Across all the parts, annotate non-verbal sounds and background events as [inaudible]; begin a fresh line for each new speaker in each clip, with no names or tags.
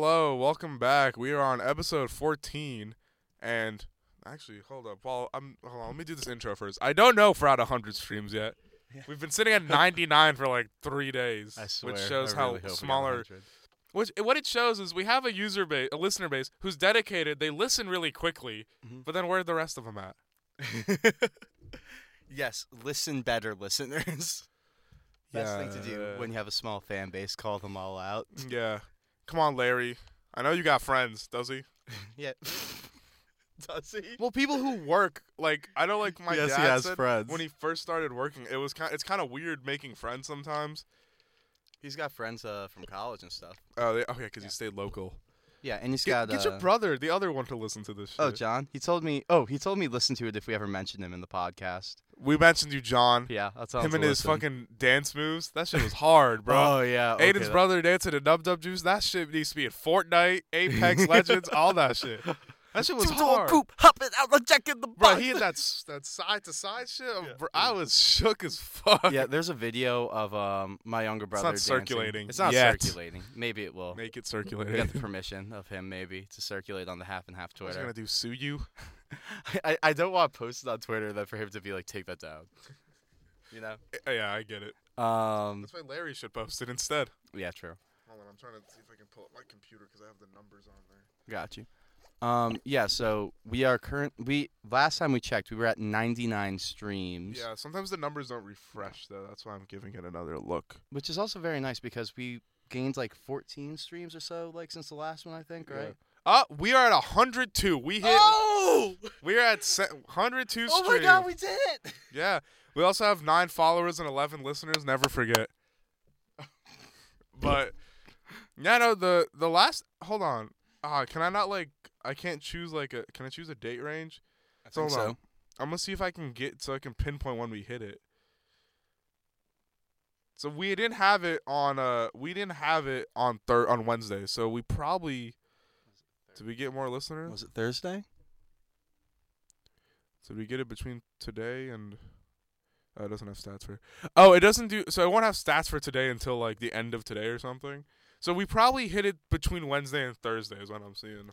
welcome back. We are on episode 14, and actually, hold up, Paul. I'm hold on. Let me do this intro first. I don't know if we're at 100 streams yet.
Yeah.
We've been sitting at
[laughs]
99 for like three days,
I swear.
which shows
I
how
really hope we got
smaller.
100.
Which what it shows is we have a user base, a listener base who's dedicated. They listen really quickly,
Mhm.
but then where are the rest of them at?
[laughs] yes, listen better, [laughs] listeners. Best thing to do
Yeah.
when you have a small fan base, call them all out. [laughs]
[laughs] Yeah, come on, Larry. I know you got friends, does he?
yeah. [laughs] Does he?
Well, people who work like I know, like Oh my
Yes, he
dad
has
said
friends.
when he first started working, it was kind. It's kind of weird making friends sometimes.
He's got friends uh, from college and stuff.
Oh, they, oh yeah, because
Yeah.
he stayed local.
Yeah, and he's
Get,
got.
get
uh,
your brother, the other one, to listen to this. Shit.
Oh, John. He told me. Oh, he told me listen to it if we ever mentioned him in the podcast.
we mentioned you, John.
Yeah, that's all.
Him and his fucking dance moves. That shit was hard, bro.
Oh yeah. okay,
Aiden's
that-
brother dancing to Dub Dub Juice. That shit needs to be in Fortnite,
[laughs]
Apex Legends, all that shit. That shit was
Toot all
hard.
poop, hop it out, let's check in the
Bro,
box.
he had that s- that side to side shit. oh, bro, I was shook as fuck.
Yeah, there's a video of um my younger
not
brother. dancing.
circulating
It's not
yet.
circulating. Maybe it will.
Make it
We
circulate. [laughs]
got the permission of him maybe to circulate on the half and half
I was
Twitter.
gonna do sue you.
[laughs] I, I don't want posted on Twitter that for him to be like take that down. You know.
Eh, Yeah, I get it.
Um.
That's why Larry should post it instead.
Yeah. True.
Hold on, I'm trying to see if I can pull up my computer because I have the numbers on there.
Got you. Um. Yeah. So we are current. We last time we checked, we were at 99 streams.
Yeah, sometimes the numbers don't refresh though. That's why I'm giving it another look.
which is also very nice because we gained like 14 streams or so like since the last one i think
Yeah.
right
Uh, we are at 102. We hit.
oh
We are at se- 102
oh my
streams.
god we did it
yeah. We also have nine followers and 11 listeners. Never [laughs] forget. but yeah, no. The the last. Hold on. Ah, can I not like? I can't choose like a. Can I choose a date range?
I
So hold on. I'm gonna see if I can get so I can pinpoint when we hit it. So we didn't have it on uh we didn't have it on third on Wednesday. So we probably did we get more listeners?
was it thursday
Did we get it between today and oh, it doesn't have stats for Oh, it doesn't do so it won't have stats for today until like the end of today or something. So we probably hit it between Wednesday and Thursday is what I'm seeing.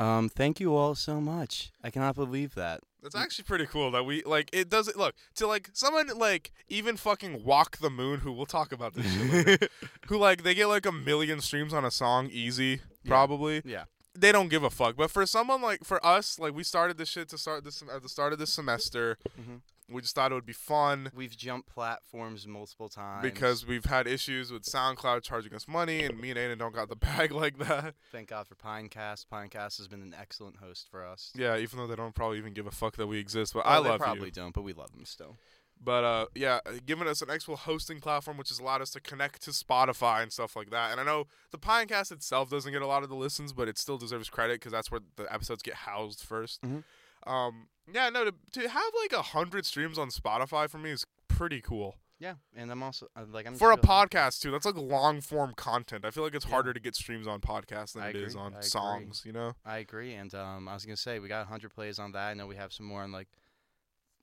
um thank you all so much i cannot believe that
That's actually pretty cool that we like it doesn't look to like someone like even fucking walk the moon who we'll talk about this shit later,
[laughs]
who like they get like a million streams on a song easy probably
yeah
they don't give a fuck but for someone like for us like we started this shit to start this sem- at the start of this semester
Mhm.
we just thought it would be fun
we've jumped platforms multiple times
because we've had issues with SoundCloud charging us money and me and Aiden don't got the bag [laughs] like that
thank god for pinecast pinecast has been an excellent host for us
yeah even though they don't probably even give a fuck that we exist but I
Well, Oh, they
love you
probably don't but we love them still
But uh, yeah, uh, giving us an actual hosting platform, which has allowed us to connect to Spotify and stuff like that. And I know the podcast itself doesn't get a lot of the listens, but it still deserves credit because that's where the episodes get housed 1st
Mhm.
Um, yeah, no, to, to have like a hundred streams on Spotify for me is pretty cool
yeah and i'm also uh, like i'm
for a
really-
podcast too. That's like long form content. I feel like it's
Yeah.
harder to get streams on podcasts than
I
it is
agree,
on
I agree.
songs. You know?
I agree, and um, I was gonna say we got 100 plays on that. I know we have some more on like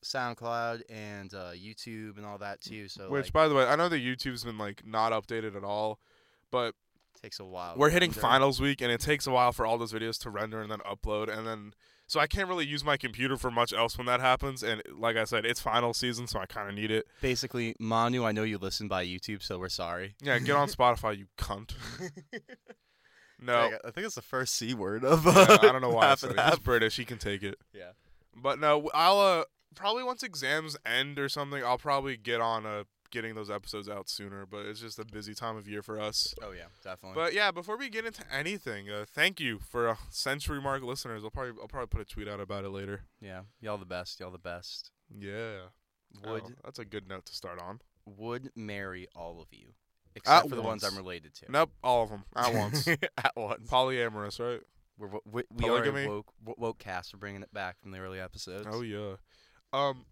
SoundCloud and uh, YouTube and all that too. So
Which,
like,
by the way, I know that YouTube's been like not updated at all, but
takes a while.
we're hitting
Render.
finals week and it takes a while for all those videos to render and then upload and then so i can't really use my computer for much else when that happens and like i said it's final season so i kind of need it
Basically, Manu, I know you listen by YouTube, so we're
[laughs]
sorry.
yeah get
[laughs]
on spotify you cunt no
I think it's the first c word of. uh,
yeah, [laughs] i
[laughs]
don't know why I said it. he's british he can take it
Yeah.
but no i'll uh, probably once exams end or something i'll probably get on uh, getting those episodes out sooner but it's just a busy time of year for us
[laughs] Oh yeah, definitely.
But yeah, before we get into anything, uh, thank you for uh, century mark listeners. I'll probably I'll probably put a tweet out about it later.
yeah, y'all the best. Y'all the best.
Yeah,
Would
Oh, that's a good note to start on.
would marry all of you, except for the ones
once.
I'm related to.
Nope, all of them
[laughs]
at once.
at once.
Polyamorous, right?
We're, wo- we we are
Polygamy.
a woke wo- woke cast. We're bringing it back from the early episodes.
Oh yeah. Um.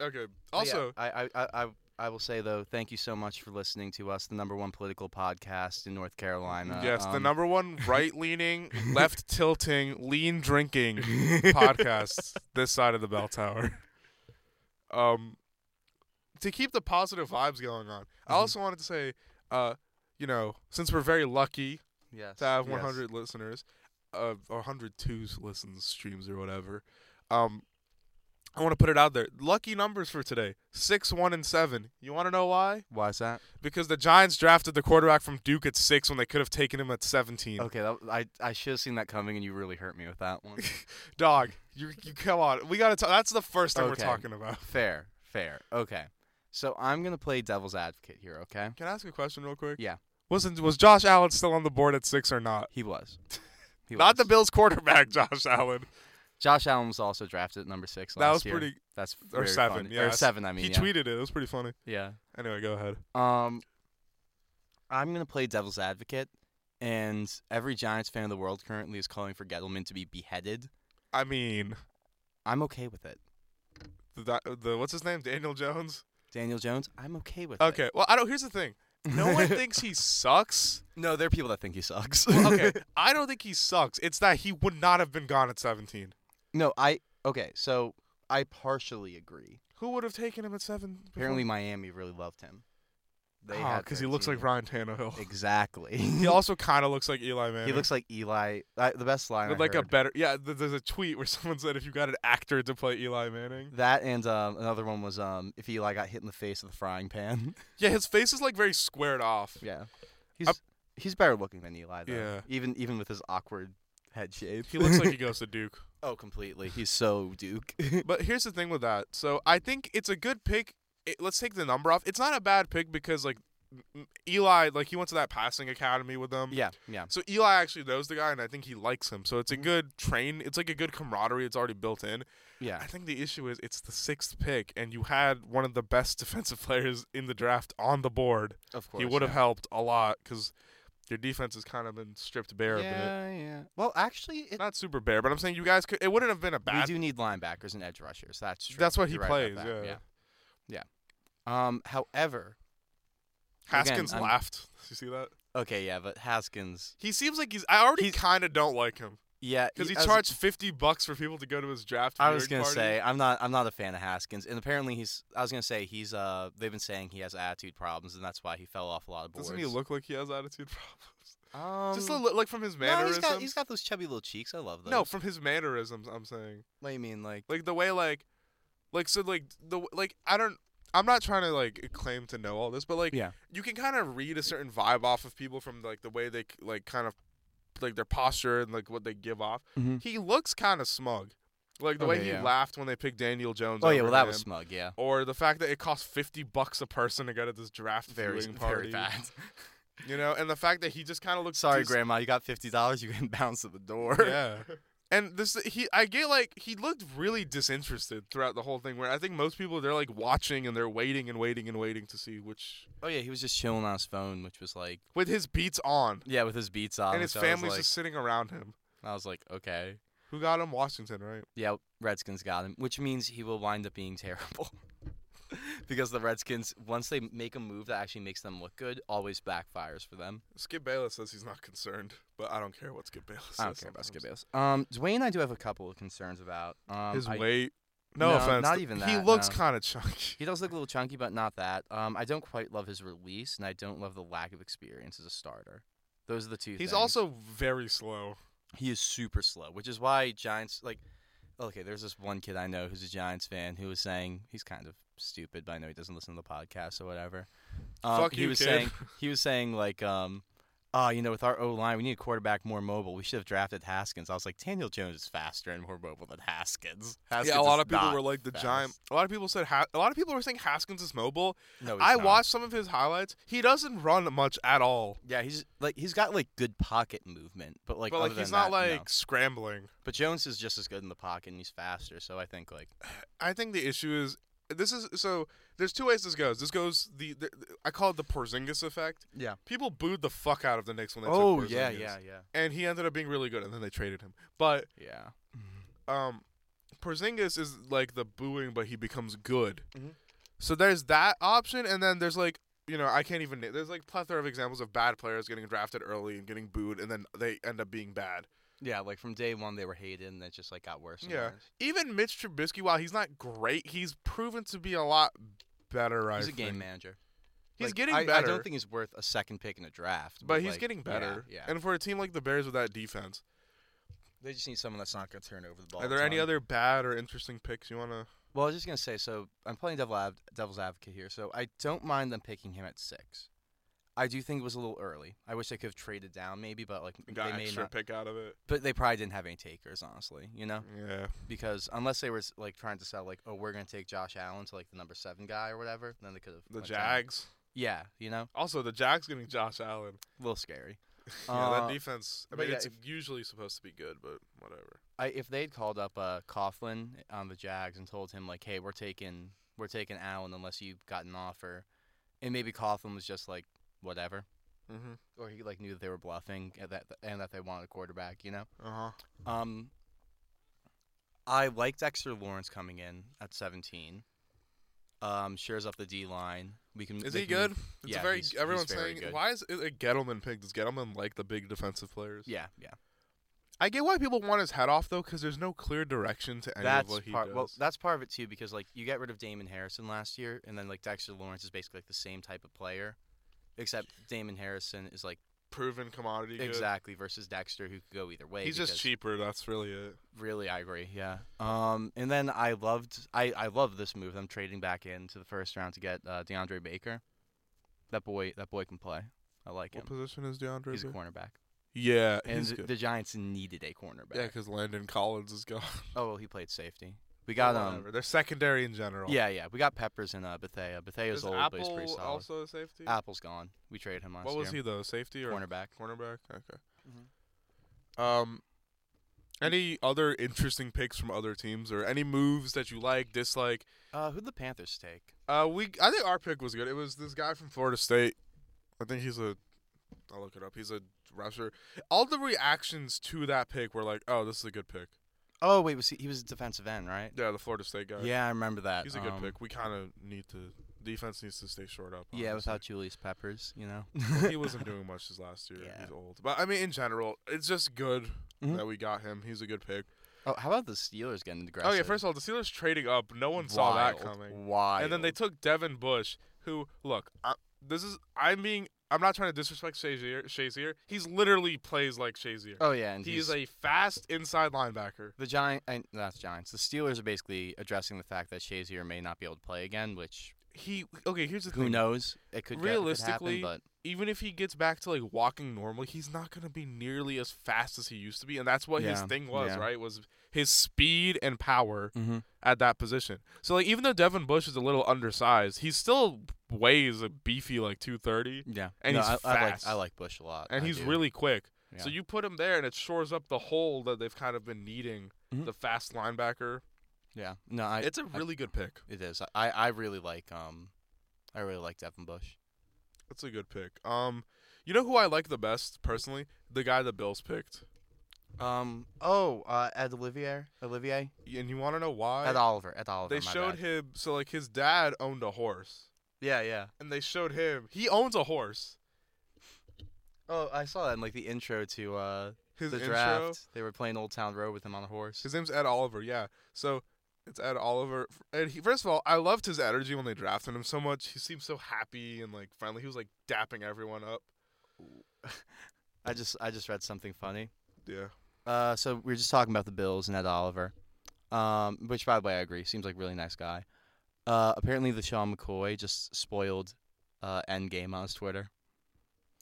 Okay.
But Oh, yeah,
Also,
I, I, I, I, I will say though, thank you so much for listening to us, the number one political podcast in North Carolina.
yes, the
[laughs] Um,
number one right-leaning, left-tilting, lean-drinking
[laughs]
podcast this side of the bell tower. Um, to keep the positive vibes going on, I
Mhm.
also wanted to say, uh, you know, since we're very lucky
Yes.
to have
yes.
100 listeners, uh, or 102 listens, streams, or whatever. Um, I want to put it out there. Lucky numbers for today: six, one, and seven. You want to know why?
Why is that?
Because the Giants drafted the quarterback from Duke at six when they could have taken him at 17.
Okay, that, I I should have seen that coming, and you really hurt me with that one.
Dog, you, you come on. We gotta. Talk, that's the first thing we're
Okay.
talking about. [laughs]
fair, fair. Okay, so I'm gonna play devil's advocate here. Okay,
Can I ask a question real quick?
Yeah.
Wasn't was Josh Allen still on the board at six or not?
he was. [laughs] He
Not the
was.
Bills quarterback, [laughs] Josh Allen.
Josh Allen was also drafted at number six.
That
last
was
year.
pretty.
That's
or
very
seven,
funny. Or
yes.
seven. I mean,
He
yeah.
tweeted it. It was pretty funny.
Yeah.
Anyway, go ahead.
Um, I'm gonna play devil's advocate, and every Giants fan in the world currently is calling for Gettleman to be beheaded.
I mean,
I'm okay with it.
the, the what's his name? Daniel Jones.
Daniel Jones, I'm okay with it.
Okay. Well, I don't. Here's the thing. No
[laughs]
one thinks he sucks.
no, there are people that think he sucks.
Well, okay. I don't think he sucks. It's that he would not have been gone at 17.
[laughs] No, I okay. So I partially agree.
Who would have taken him at seven? before?
Apparently, Miami really loved him. They
Ah,
had
he looks like
13.
Ryan Tannehill. [laughs]
Exactly. [laughs]
he also kind of looks like Eli Manning.
he looks like Eli. I the best line. I
With like a
heard.
better yeah. Th- there's a tweet where [laughs] someone said if you got an actor to play Eli Manning,
that and um, another one was um, if Eli got hit in the face with a
[laughs]
frying pan. [laughs]
yeah, his face is like very squared off.
yeah, he's he's better looking than Eli though.
Yeah.
Even even with his awkward head shape,
He looks like he goes to Duke.
[laughs] oh completely. He's so Duke. [laughs]
But here's the thing with that. So I think it's a good pick. It, let's take the number off. It's not a bad pick because like m- Eli, like he went to that passing academy with them.
yeah, Mm-hmm. yeah.
So Eli actually knows the guy, and I think he likes him. So it's a good train. It's like a good camaraderie. It's already built in.
Yeah.
I think the issue is it's the sixth pick, and you had one of the best [laughs] defensive players in the draft on the board.
Of course.
he would have
yeah.
helped a lot because your defense has kind of been stripped bare a bit.
Yeah, yeah. Well, actually, it,
Not super bare, but I'm saying you guys could. It wouldn't have been a
we
bad.
do need linebackers and edge rushers. That's true.
That's what he
You're right
plays,
about that,
yeah.
yeah. Yeah. Um. However,
Haskins
I'm-
laughed. [laughs] Did you see that?
okay, yeah, but Haskins,
He seems like he's. I already
He's-
kind of don't like him
yeah,
because he
I was-
charged fifty bucks for people to go to his draft.
I was
viewing
gonna
party.
say I'm not I'm not a fan of Haskins, and apparently he's. I was gonna say he's. Uh, they've been saying he has attitude problems, and that's why he fell off a lot of boards.
Doesn't he look like he has attitude [laughs] problems?
Um,
Just a li- like from his
no,
mannerisms.
he's got he's got those chubby little cheeks. I love those.
no, from his mannerisms. I'm saying
what do you mean? Like,
like the way like, like so like the w- like I don't. I'm not trying to like claim to know all this, but like
yeah,
you can kind of read a certain vibe off of people from like the way they c- like kind of like their posture and like what they give off.
Mhm.
He looks kind of smug, like the way
Okay,
he
Oh, yeah.
laughed when they picked Daniel Jones.
oh yeah,
over
well that
him,
was smug. Yeah,
Or the fact that it cost fifty bucks a person to go to this draft
very
viewing
very
party,
bad.
[laughs] you know, and the fact that he just kind of looks
Sorry,
dis-
Grandma, you got fifty dollars. You can [laughs] bounce at the door.
Yeah. [laughs] And this, he, I get like he looked really disinterested throughout the whole thing. Where I think most people they're like watching and they're waiting and waiting and waiting to see which
Oh yeah, he was just chilling on his phone, which was like,
with his beats on
yeah, with his beats on.
and his
which I was
family's
like-
just sitting around him.
I was like, okay.
Who got him? Washington, right?
Yeah, Redskins got him, which means he will wind up being [laughs] terrible. because the Redskins, once they make a move that actually makes them look good, always backfires for them.
Skip Bayless says he's not concerned, but I don't care what Skip Bayless says.
I don't care about Skip Bayless. Um, Dwayne, I do have a couple of concerns about. Um,
His
I-
weight. No,
No,
offense.
not
th-
even
He
that,
looks
no.
kind of chunky.
He does look a little chunky, but not that. Um, I don't quite love his release, and I don't love the lack of experience as a starter. Those are the two.
He's
things.
also very slow.
he is super slow, which is why Giants like okay, there's this one kid I know who's a Giants fan who was saying he's kind of stupid, but I know he doesn't listen to the podcast or whatever. Um,
Fuck
he
you,
was
kid. [laughs]
saying he was saying like um Oh, you know, with our O line, we need a quarterback more mobile. We should have drafted Haskins. I was like, Daniel Jones is faster and more mobile than Haskins. Haskins
yeah, a lot
is
of people
not
were like the
fast.
giant. A lot of people said ha- a lot of people were saying Haskins is mobile.
No, Oh, he's
I
not.
watched some of his highlights. He doesn't run much at all.
Yeah, he's like he's got like good pocket movement, but like
but like
other
he's
than
not
that, no.
like scrambling.
But Jones is just as good in the pocket and he's faster, so I think like
I think the issue is this is so there's two ways this goes. This goes the, the I call it the Porzingis effect.
Yeah.
People booed the fuck out of the Knicks when they took Porzingis.
Oh, yeah.
And he ended up being really good and then they traded him. But
Yeah.
um Porzingis is like the booing, but he becomes good.
Mhm.
So there's that option, and then there's like you know I can't even na- there's like plethora of examples of bad players getting drafted early and getting booed, and then they end up being bad.
Yeah, like from day one they were hated, and it just like got worse. And
Yeah.
worse.
Even Mitch Trubisky, while he's not great, he's proven to be a lot better. I
he's a
think.
game manager.
He's
Like,
getting
I,
better.
I don't think he's worth a second pick in a draft.
but he's
like,
getting
yeah,
better.
Yeah,
And for a team like the Bears with that defense,
they just need someone that's not going to turn over the ball.
are
a
there any
ton.
other bad or interesting picks you want to?
Well, I was just gonna say, so I'm playing devil av- devil's advocate here, so I don't mind them picking him at six. I do think it was a little early. I wish they could have traded down, maybe, but like
Got
they may
extra
not.
pick out of it.
But they probably didn't have any takers, honestly. You know,
Yeah.
because unless they were s- like trying to sell, like, oh, we're gonna take Josh Allen to like the number seven guy or whatever, then they could have
The Jags.
Yeah, you know,
Also, the Jags getting Josh Allen.
a little scary.
yeah,
Uh,
that defense. I
but
mean,
yeah,
it's usually supposed to be good, but whatever.
I, if they'd called up uh, Coughlin on the Jags and told him like, "Hey, we're taking we're taking Allen unless you got an offer," and maybe Coughlin was just like, "Whatever,"
Mm-hmm.
or he like knew that they were bluffing and that and that they wanted a quarterback, you know.
Uh huh.
Um, I like Dexter Lawrence coming in at 17. Um, shares up the D line. We can.
Is
they
he
can-
good? It's
yeah,
a very
he's- he's
everyone's
very
saying
good.
why is it a Gettleman pick? Does Gettleman like the big defensive players?
Yeah, yeah.
I get why people want his head off though, because there's no clear direction to any
that's
of what he
part.
does.
Well, that's part of it too, because like you got rid of Damon Harrison last year, and then like Dexter Lawrence is basically like the same type of player, except Damon Harrison is like
Proven commodity. good.
exactly versus Dexter, who could go either way.
He's just
because-
cheaper. That's really it.
Really, I agree. Yeah. Um, and then I loved, I I love this move. them trading back into the first round to get uh, DeAndre Baker. That boy, that boy can play. I like him.
What position is DeAndre?
He's a
Baker?
cornerback,
Yeah,
and
he's
the,
good.
the Giants needed a cornerback.
Yeah, because Landon Collins is gone.
Oh well, he played safety. We [laughs] got um.
Whatever. They're secondary in general.
Yeah, yeah. We got Peppers and uh, Bethea. Bethea's
Is
old,
Apple
but he's pretty solid.
also a safety?
Apple's gone. We traded him last
what was
year.
he though? Safety or
Cornerback.
cornerback? Okay.
Mhm.
Um, any other interesting picks from other teams or any moves that you like, dislike?
Uh, who'd the Panthers take?
Uh, we I think our pick was good. It was this guy from Florida State. I think he's a. I'll look it up. He's a rusher. All the reactions to that pick were like, "Oh, this is a good pick."
Oh wait, was he? He was a defensive end, right?
Yeah, the Florida State guy.
Yeah, I remember that.
he's a good
Um,
pick. We kind of need to. Defense needs to stay short up. honestly.
Yeah,
Oh,
without Julius Peppers, you know.
[laughs]
[laughs]
he wasn't doing much this last year.
Yeah.
He's old. But I mean, in general, it's just good
Mhm.
that we got him. He's a good pick.
Oh, how about the Steelers getting aggressive?
Oh yeah, first of all, the Steelers trading up. No one saw that coming.
Why?
And then they took Devin Bush, who look, I, this is I'm being I'm not trying to disrespect Shazier. Shazier, he's literally plays like Shazier.
Oh yeah, and
he
he's
is a fast inside linebacker.
the giant. And that's Giants. The Steelers are basically addressing the fact that Shazier may not be able to play again, which
He okay. Here's the
who
thing.
knows? It could get- it could happen,
Realistically,
but
Even if he gets back to like walking normally, he's not gonna be nearly as fast as he used to be, and that's what his
Yeah,
thing was,
yeah.
right? Was his speed and power
mm-hmm.
at that position. So like even though Devin Bush is a little undersized, he still weighs a beefy like 230
yeah,
And
No,
he's
I, I like
fast.
I like Bush a lot,
and
I
he's
do.
really quick. So
Yeah.
you put him there and it shores up the hole that they've kind of been needing
Mhm.
the fast linebacker.
yeah. No, I,
it's a really good pick.
It is. I, I really like um, I really like Devin Bush.
It's a good pick. Um you know who I like the best personally? The guy the Bills picked.
Um. Oh, uh, Ed Olivier. Olivier.
And you want to know why?
Ed Oliver. Ed Oliver.
they
my
showed
bad.
him so like his dad owned a horse
Yeah, yeah.
and they showed him. He owns a horse.
Oh, I saw that in like the intro to uh
His
the
intro
draft. They were playing Old Town Road with him on a horse.
His name's Ed Oliver. Yeah. So it's Ed Oliver, and he, first of all, I loved his energy when they drafted him so much. He seemed so happy and like friendly. He was like dapping everyone up.
I just I just read something funny.
Yeah.
Uh, so we were just talking about the Bills and Ed Oliver, um, which by the way I agree seems like a really nice guy. Uh, apparently the Sean McCoy just spoiled uh Endgame on his Twitter.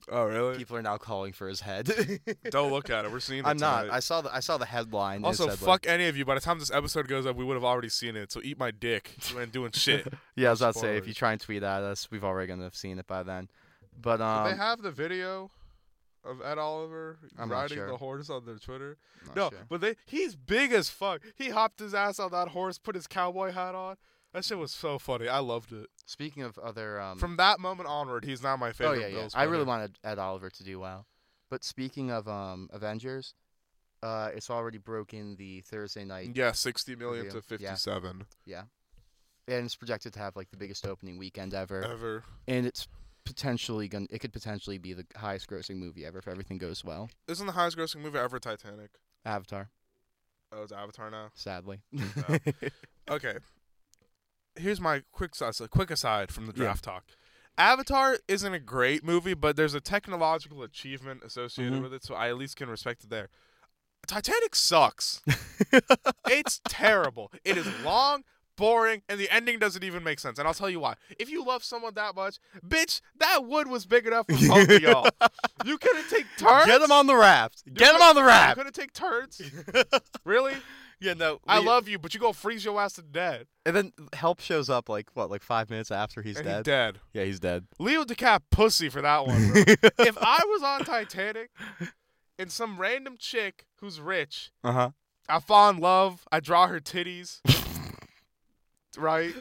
Oh really?
People are now calling for his head.
[laughs] Don't look at it. We're seeing. It
I'm not.
tonight.
I saw the I saw the headline. and it
also,
said, like-
fuck any of you. By the time this episode goes up, we would have already seen it. So eat my dick. You ain't
[laughs]
doing shit.
yeah, I was about to say if
Spoilers.
you try and tweet at us, we've already gonna have seen it by then. But um,
Do they have the video of Ed Oliver
I'm not
riding
sure.
the horse on their Twitter?
not
no,
sure.
but they he's big as fuck. He hopped his ass on that horse, put his cowboy hat on. That shit was so funny. I loved it.
Speaking of other um,
From that moment onward, he's not my favorite.
oh yeah, yeah.
Bills
I really
player.
wanted Ed Oliver to do well. But speaking of um Avengers, uh, it's already broken the Thursday night,
Yeah, sixty million
Review.
to
Yeah.
fifty-seven
and it's projected to have like the biggest opening weekend ever,
ever.
and it's potentially gonna it could potentially be the highest grossing movie ever if everything goes well.
Isn't the highest-grossing movie ever Titanic?
Avatar,
Oh, it's Avatar now.
sadly.
Okay. Here's my quick aside, quick aside from the
Yeah.
draft talk. Avatar isn't a great movie, but there's a technological achievement associated
Mhm.
with it, so I at least can respect it there. Titanic
[laughs]
sucks. it's terrible. It is long, boring, and the ending doesn't even make sense. And I'll tell you why. If you love someone that much, bitch, that wood was big enough for both of
[laughs]
y'all. You couldn't take turns.
[laughs] Get him on the [laughs] raft. Get him on the
You
raft.
couldn't take turns.
[laughs]
really?
yeah, no.
I
we-
love you, but you go freeze your ass to dead.
And then help shows up like what, like five minutes after he's
and
dead.
he dead.
yeah, he's dead.
Leo DiCap pussy for that one. Bro.
[laughs]
if I was on Titanic and some random chick who's rich,
uh huh.
I fall in love, I draw her titties, right?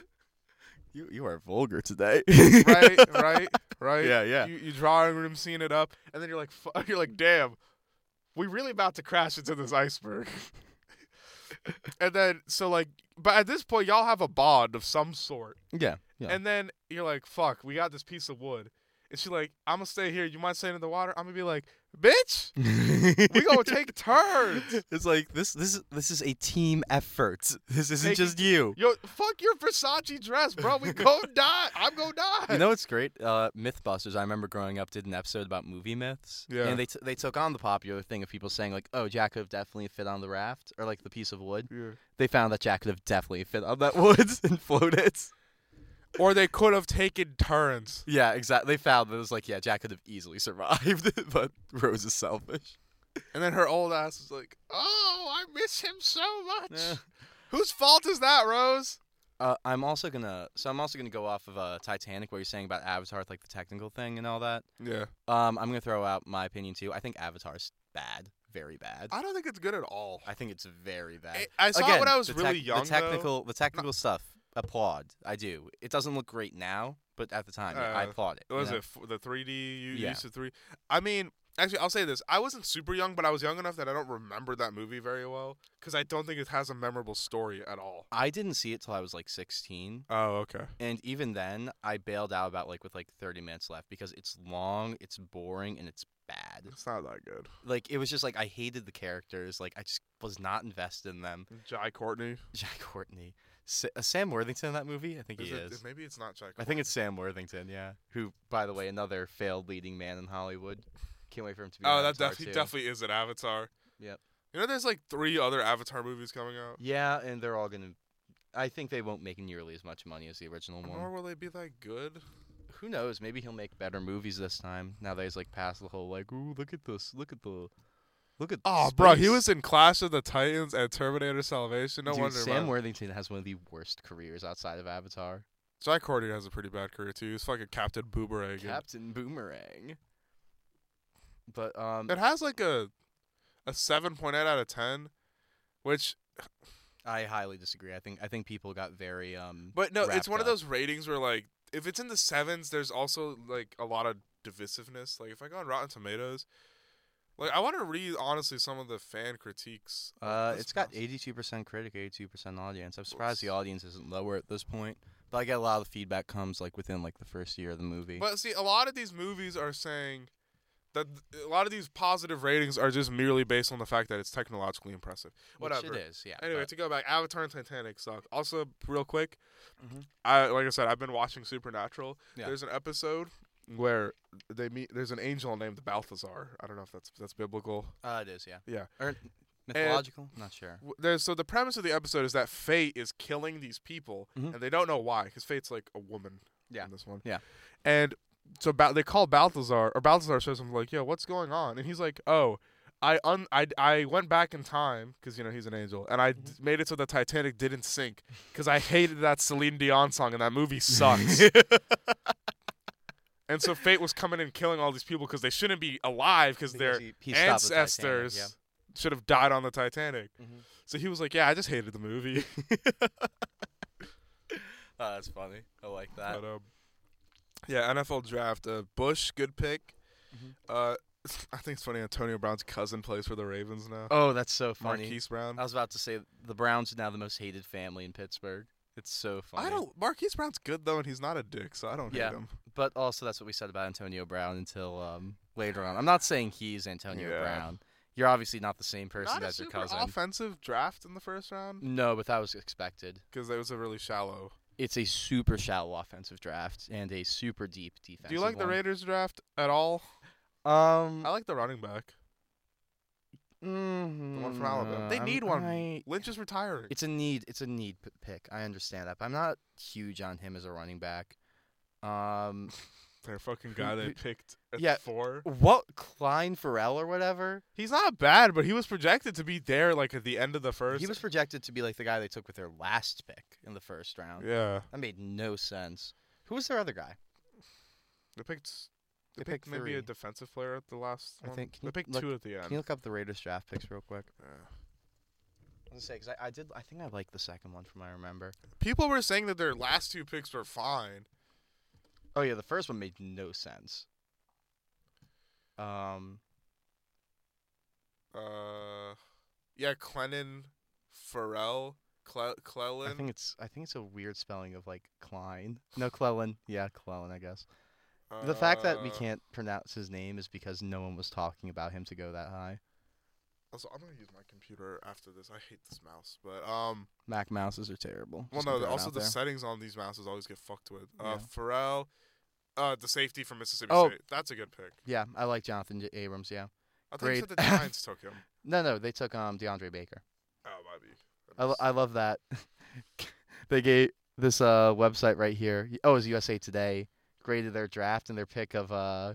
You you are vulgar today.
[laughs] Right, right, right.
Yeah, yeah.
You, you drawing room, seeing it up, and then you're like, fu- [laughs] you're like, damn, we really about to crash into this iceberg. [laughs] and then, so like, but at this point, y'all have a bond of some sort.
Yeah. Yeah.
And then you're like, fuck, we got this piece of wood. And she's like, I'm gonna stay here. You mind staying in the water? I'm gonna be like, bitch, we [laughs]
[laughs]
gonna take turns.
It's like this this is- this is a team effort. [laughs] This isn't
Take-
just you.
Yo, fuck your Versace dress, bro. We [laughs] go die. I'm gonna die. [laughs]
You know what's great? Uh, MythBusters. I remember growing up did an episode about movie myths.
Yeah.
And they t- they took on the popular thing of people saying like, "Oh, Jack could have definitely fit on the raft," or like the piece of wood.
Yeah.
They found that Jack could have definitely fit on that [laughs] wood and floated.
Or they could have taken turns.
Yeah, exactly. They found that it was like, yeah, Jack could have easily survived, [laughs] but Rose is selfish.
And then her old ass is like, oh, I miss him so much. Whose fault is that, Rose?
Uh, I'm also gonna so I'm also gonna go off of uh, Titanic, what you're saying about Avatar, with, like the technical thing and all that.
Yeah.
Um, I'm gonna throw out my opinion too. I think Avatar's bad, very bad. I,
I don't think it's good at all.
think it's very bad.
I, I saw
Again,
it when I was
the
really
tec-
young.
The technical, the technical stuff. Applaud. I do. It doesn't look great now, but at the time, yeah, I
Uh,
applaud it.
though.
you
was
know?
it f- the 3D you
Yeah.
used to three? I mean, actually, I'll say this: I wasn't super young, but I was young enough that I don't remember that movie very well because I don't think it has a memorable story at all.
I didn't see it till I was like 16,
Oh, okay.
and even then, I bailed out about like with like 30 minutes left because it's long, it's boring, and it's
[sighs]
bad.
It's not that good.
Like it was just like I hated the characters. Like I just was not invested in them. [laughs]
Jai Courtney.
Jack Courtney, Sa- uh, Sam Worthington in that movie. I think he
Is it-
is.
Maybe it's not Jai.
I think it's Sam Worthington. Yeah. Who, by the way, another failed leading man in Hollywood. Can't wait for him to be.
Oh,
in
that
Avatar
def- he
too.
definitely is an Avatar.
Yep.
You know, there's like three other Avatar movies coming out.
Yeah, and they're all gonna. I think they won't make nearly as much money as the original
Nor
one.
will they be that good.
Who knows? Maybe he'll make better movies this time. Now that he's like past the whole like, ooh, look at this, look at the, look at.
Oh, bro, he
space."
was in Clash of the Titans and Terminator Salvation. No
Dude,
wonder.
Sam
man.
Worthington has one of the worst careers outside of Avatar.
Jai Courtney has a pretty bad career too. He's fucking Captain Boomerang. in-
Captain Boomerang. But um,
It has like a a seven point eight out of ten, which
I highly disagree. I think I think people got very um.
but no,
wrapped
it's one of
up.
those ratings where like if it's in the sevens, there's also like a lot of divisiveness. Like if I go on Rotten Tomatoes, like I want to read honestly some of the fan critiques. of
Uh,
this
it's got
mess.
82% critic, 82% audience. I'm surprised the
Oops.
audience isn't lower at this point. But I get a lot of the feedback comes like within like the first year of the movie.
But see, a lot of these movies are saying that a lot of these positive ratings are just merely based on the fact that it's technologically impressive.
Which
Whatever.
it is, yeah.
Anyway, to go back, Avatar and Titanic suck. Also, real quick,
Mhm.
I like I said, I've been watching Supernatural.
Yeah.
There's an episode where they meet. There's an angel named Balthazar. I don't know if that's that's biblical.
but- uh, it is, yeah.
Yeah.
Or mythological? Not sure.
W- There's so the premise of the episode is that fate is killing these people,
Mhm.
and they don't know why, because fate's like a woman.
Yeah.
In this one.
Yeah.
And so ba- they call Balthazar, or Balthazar says something like, "Yo, what's going on?" And he's like, "Oh." I un I, I went back in time because you know he's an angel and I d-
Mm-hmm.
made it so the Titanic didn't sink because I hated that Celine Dion song and that movie sucks.
[laughs]
and so fate was coming and killing all these people because they shouldn't be alive because they're
he, he stopped the Titanic,
ancestors should have died on the Titanic.
Mhm.
So he was like, "Yeah, I just hated the movie."
yeah. Oh, that's funny. I like
[laughs]
that.
but, um, yeah, NFL draft. Uh, Bush, good pick.
Mhm.
Uh, [laughs] I think it's funny. Antonio Brown's cousin plays for the Ravens now.
Oh, that's so funny.
Marquise Brown.
I was about to say the Browns are now the most hated family in Pittsburgh. It's so funny.
I don't. Marquise Brown's good though, and he's not a dick, so I don't
Yeah.
hate him.
But also, that's what we said about Antonio Brown until um, later on. I'm not saying he's Antonio
Yeah.
Brown. You're obviously not the same person
not a
as your
super
cousin.
offensive draft in the first round
No, but that was expected.
because it was a really shallow.
it's a super shallow offensive draft and a super deep defense.
Do you like the Oh. Raiders draft at all?
Um,
I like the running back.
mm,
The one from Alabama. They
I'm-
need one.
I-
Lynch is retiring.
it's a need. It's a need p- pick. I understand that. But I'm not huge on him as a running back. Um, [laughs]
Their fucking
Who-
guy they
[laughs] who-
picked at
Yeah.
four.
what Klein Farrell or whatever?
He's not bad, but he was projected to be there like at the end of the first.
He was projected to be like the guy they took with their last pick in the first round.
yeah.
That made no sense. Who was their other guy?
They picked. s- They,
They picked
picked, maybe a
three.
defensive player at the last.
I
one.
think- can
they
you
picked
look-
two at the
Can you
end.
look up the Raiders draft picks real quick?
Yeah.
I was gonna say because I, I did. I think I liked the second one from what I remember.
People were saying that their last two picks were fine.
Oh yeah, the first one made no sense. Um,
Uh, yeah, Clennon, Farrell, Cle-
I
Clellan.
think it's I think it's a weird spelling of like Klein. No, Clellan. Yeah, Clellan. I guess the fact that we
uh,
can't pronounce his name is because no one was talking about him to go that high.
Also, I'm gonna use my computer after this. I hate this mouse, but um.
Mac mouses are terrible.
Well,
Just gonna
no. the-
throw it
Also,
out
the
there.
settings on these mouses always get fucked with. Uh,
Yeah.
Pharrell, uh, the safety from Mississippi
Oh.
State. That's a good pick.
yeah, I like Jonathan J- Abrams. Yeah,
I think you
Great.
said
[laughs]
the Giants took him.
no, no, they took um DeAndre Baker.
Oh, might be.
I, lo- I love that. [laughs] they gave this uh website right here. y- Oh, it's USA Today graded their draft and their pick of uh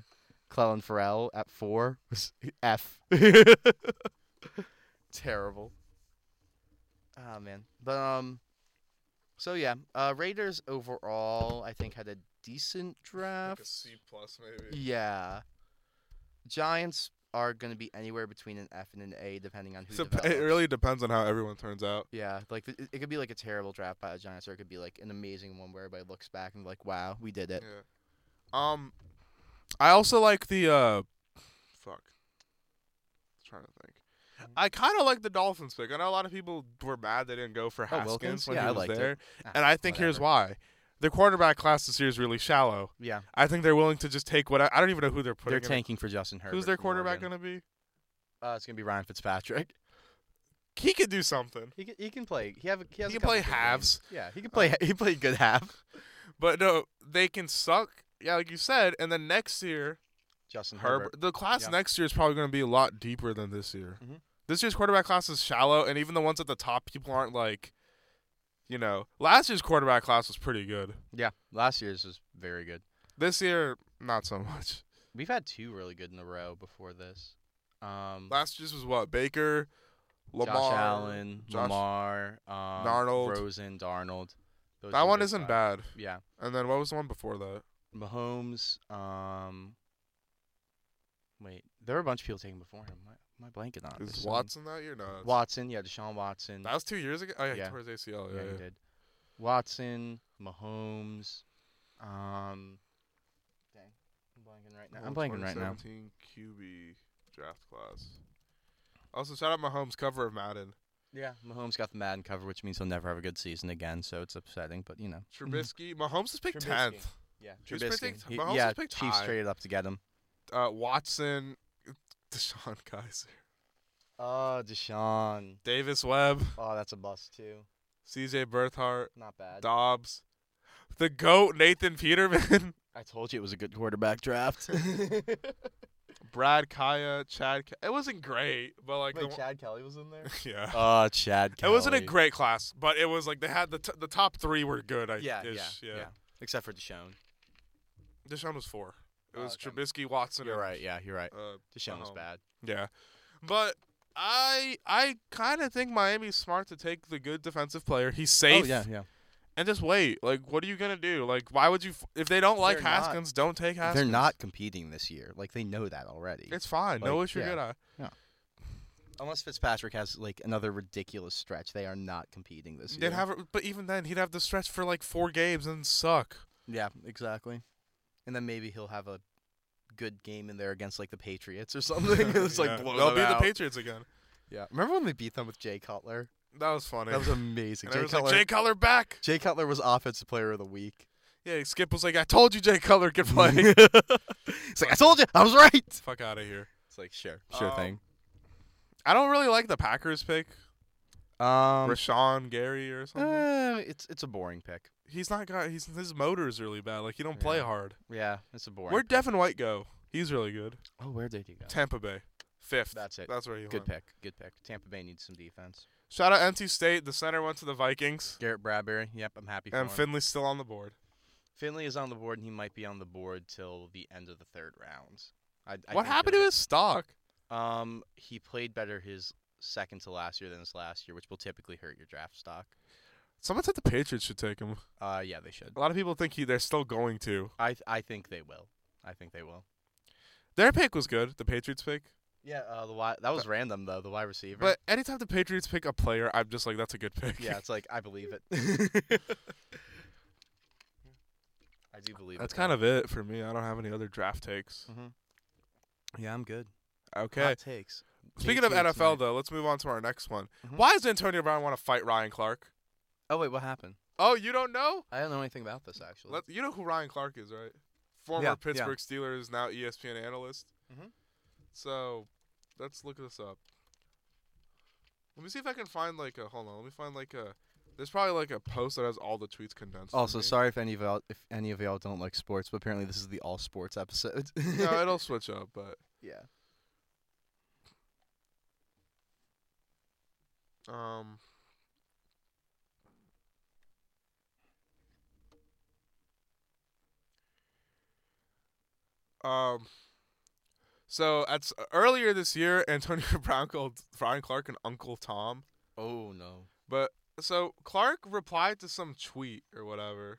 Clellan Farrell at four was [laughs] F. Terrible. Ah man, but um, so yeah, uh, Raiders overall I think had a decent
Like
draft.
a C plus maybe.
Yeah, Giants are gonna be anywhere between an F and an A depending on who.
So p- it
develops.
really depends on how everyone turns out.
Yeah, like th- it it could be like a terrible draft by the Giants, or it could be like an amazing one where everybody looks back and like, "Wow, we did
Yeah.
it."
Um, I also like the uh, fuck. trying to think.
Mm-hmm.
I kind of like the Dolphins pick. I know a lot of people were mad they didn't go for
Oh,
Haskins
Wilkins?
when
Yeah,
he
I
was
liked it.
there,
Ah,
and I think here's
whatever.
why: the quarterback class this year is really shallow.
Yeah,
I think they're willing to just take what I, I don't even know who they're putting.
they're
in.
tanking for Justin Herbert.
Who's their
from
quarterback
Oregon.
going to be?
Uh, it's gonna be Ryan Fitzpatrick.
He could do something.
[laughs] He can, he can play. He have a- he, has
He
a
can play
couple good games.
halves.
Yeah, he can play. [laughs] he played good half.
But no, they can suck. Yeah, like you said. And then next year,
Justin Herbert.
Herbert. The class
Yeah.
next year is probably going to be a lot deeper than this year.
Mhm.
This year's quarterback class is shallow, and even the ones at the top, people aren't like, you know, last year's quarterback class was pretty good.
Yeah, last year's was very good.
This year, not so much.
We've had two really good in a row before this. Um,
Last year's was what Baker, Lamar,
Josh Allen,
Josh-
Lamar, um,
Darnold.
Rosen, Darnold. Those
That
were
one
big
isn't
five.
bad.
Yeah.
And then what was the one before that?
Mahomes. Um, wait, there were a bunch of people taking before him. My, my blanket on
Is
this one.
Watson that year? No. that's-
Watson, yeah, Deshaun Watson.
That was two years ago. Oh yeah,
Yeah.
towards ACL.
yeah,
yeah.
he did. Watson, Mahomes. Um, dang, I'm blanking right now. I'm blanking right now.
2017 QB draft class. Also, shout out Mahomes' cover of Madden.
Yeah, Mahomes got the Madden cover, which means he'll never have a good season again. So it's upsetting, but you know.
Trubisky. Mahomes is picked
Trubisky.
tenth.
Yeah,
He's
Trubisky.
picked-
He-
Mahomes
yeah,
was picked
Chiefs
high.
traded up to get him.
Uh, Watson, [laughs] Deshaun Kaiser,
Oh, Deshaun.
Davis Webb,
Oh, that's a bust too.
C.J. Berthart,
Not bad.
Dobbs, the goat Nathan
[laughs]
Peterman,
I told you it was a good quarterback [laughs] draft.
Brad Kaya, Chad. K- it wasn't great, but like the one-
Chad Kelly was in there. [laughs]
[laughs] yeah.
Oh, Chad Kelly.
it wasn't a great class, but it was like they had the t- the top three were good. I
Yeah, yeah,
ish,
yeah, Except for Deshaun.
Deshaun was four. It
Oh,
was
okay.
Trubisky, Watson,
You're
and
right. Yeah, you're right.
Uh,
Deshaun was
Mahomes.
bad.
yeah, but I I kind of think Miami's smart to take the good defensive player. He's safe.
Oh yeah, yeah.
And just wait. Like, what are you gonna do? Like, why would you? F- if they don't like
They're not-
Haskins, don't take Haskins.
They're not competing this year. Like they know that already.
It's fine. no
Like,
issue.
yeah.
Good eye.
Unless Fitzpatrick has like another ridiculous stretch, they are not competing this year.
They'd have. But even then, he'd have the stretch for like four games and
[laughs]
suck.
yeah, exactly. And then maybe he'll have a good game in there against like the Patriots or something. [laughs] it's like
[laughs] Yeah.
blow
they'll
them
be
out.
the Patriots again.
yeah. Remember when we beat them with Jay Cutler?
That was funny. [laughs]
That was amazing.
and
Jay
everyone's
Cutler.
like, Jay Cutler back.
Jay Cutler was offensive player of the week. [laughs]
Yeah, Skip was like, I told you Jay Cutler could play.
It's like I told you, I was right. It's
Fuck out of here.
like sure,
Um, I don't really like the Packers pick.
Um,
Rashawn Gary or something.
uh, it's it's a boring pick.
he's not got. He's his motor's really bad. Like he don't play
Yeah.
hard.
Yeah, it's a boring.
Where'd Devin White go? He's really good.
oh, where did you go?
Tampa Bay, fifth.
That's it.
That's where he went.
Good pick. Good pick. Tampa Bay needs some defense.
Shout out NC State. The center went to the Vikings,
Garrett Bradbury. Yep, I'm happy for
and
him.
Finley's still on the board.
Finley is on the board, and he might be on the board till the end of the third round. I, I
what
think
happened
he'll
to his stock?
get- Um, he played better his second to last year than his last year, which will typically hurt your draft stock.
Someone said the Patriots should take him.
Uh, yeah, they should.
A lot of people think he. They're still going to.
I th- I think they will. I think they will.
Their pick was good. The Patriots pick.
Yeah, uh, the wide, that was random though. The wide receiver.
But anytime the Patriots pick a player, I'm just like, that's a good pick. [laughs]
yeah, it's like I believe it. I do believe
that's
it.
kind of it for me. I don't have any other draft takes.
Yeah, I'm good.
Okay.
Hmm. Hot takes.
Speaking of
KC
NFL,
tonight.
though, let's move on to our next one.
Mhm.
Why does Antonio Brown want to fight Ryan Clark?
Oh wait, what happened?
Oh, you don't know?
I don't know anything about this actually.
Let, you know who Ryan Clark is, right? Former
Yeah, yeah.
Pittsburgh Steelers, now E ESPN analyst.
Mhm.
So, let's look this up. Let me see if I can find like a. Hold on. Let me find like a. There's probably like a post that has all the tweets condensed. for
Also,
me.
Oh, sorry if any of y'all, if any of y'all don't like sports, but apparently this is the all sports episode.
no,
[laughs]
it'll switch up, but
yeah.
Um. Um. So at s- earlier this year, [laughs] Antonio Brown called Brian Clark an Uncle Tom.
Oh no.
But so Clark replied to some tweet or whatever.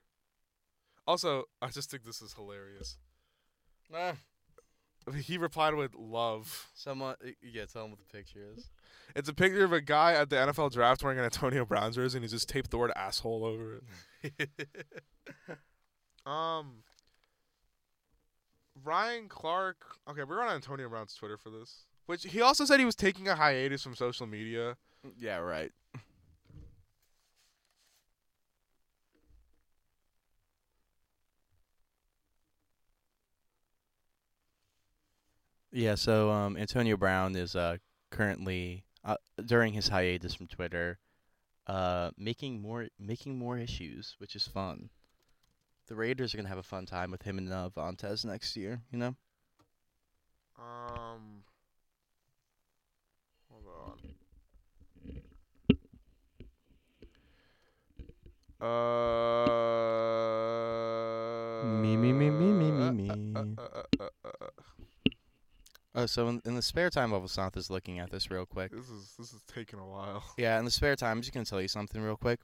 Also, I just think this is hilarious. Eh. He replied with love.
someone, yeah, tell them what the picture is.
It's a picture of a guy at the NFL draft wearing an Antonio Brown jersey, and he just taped the word asshole over it. [laughs] Um, Ryan Clark. Okay, we're on Antonio Brown's Twitter for this, which he also said he was taking a hiatus from social media.
yeah, right. Yeah, so um, Antonio Brown is uh, currently uh, during his hiatus from Twitter, uh, making more making more issues, which is fun. The Raiders are gonna have a fun time with him and uh, Vontez next year, you know.
Um, hold on. Uh,
Me, me, me, me, me, me,
uh,
me.
Uh, uh, uh, uh, uh,
Oh, so in, in the spare time, Vavasant is looking at this real quick.
this is this is taking a while.
Yeah, in the spare time, I'm just gonna tell you something real quick.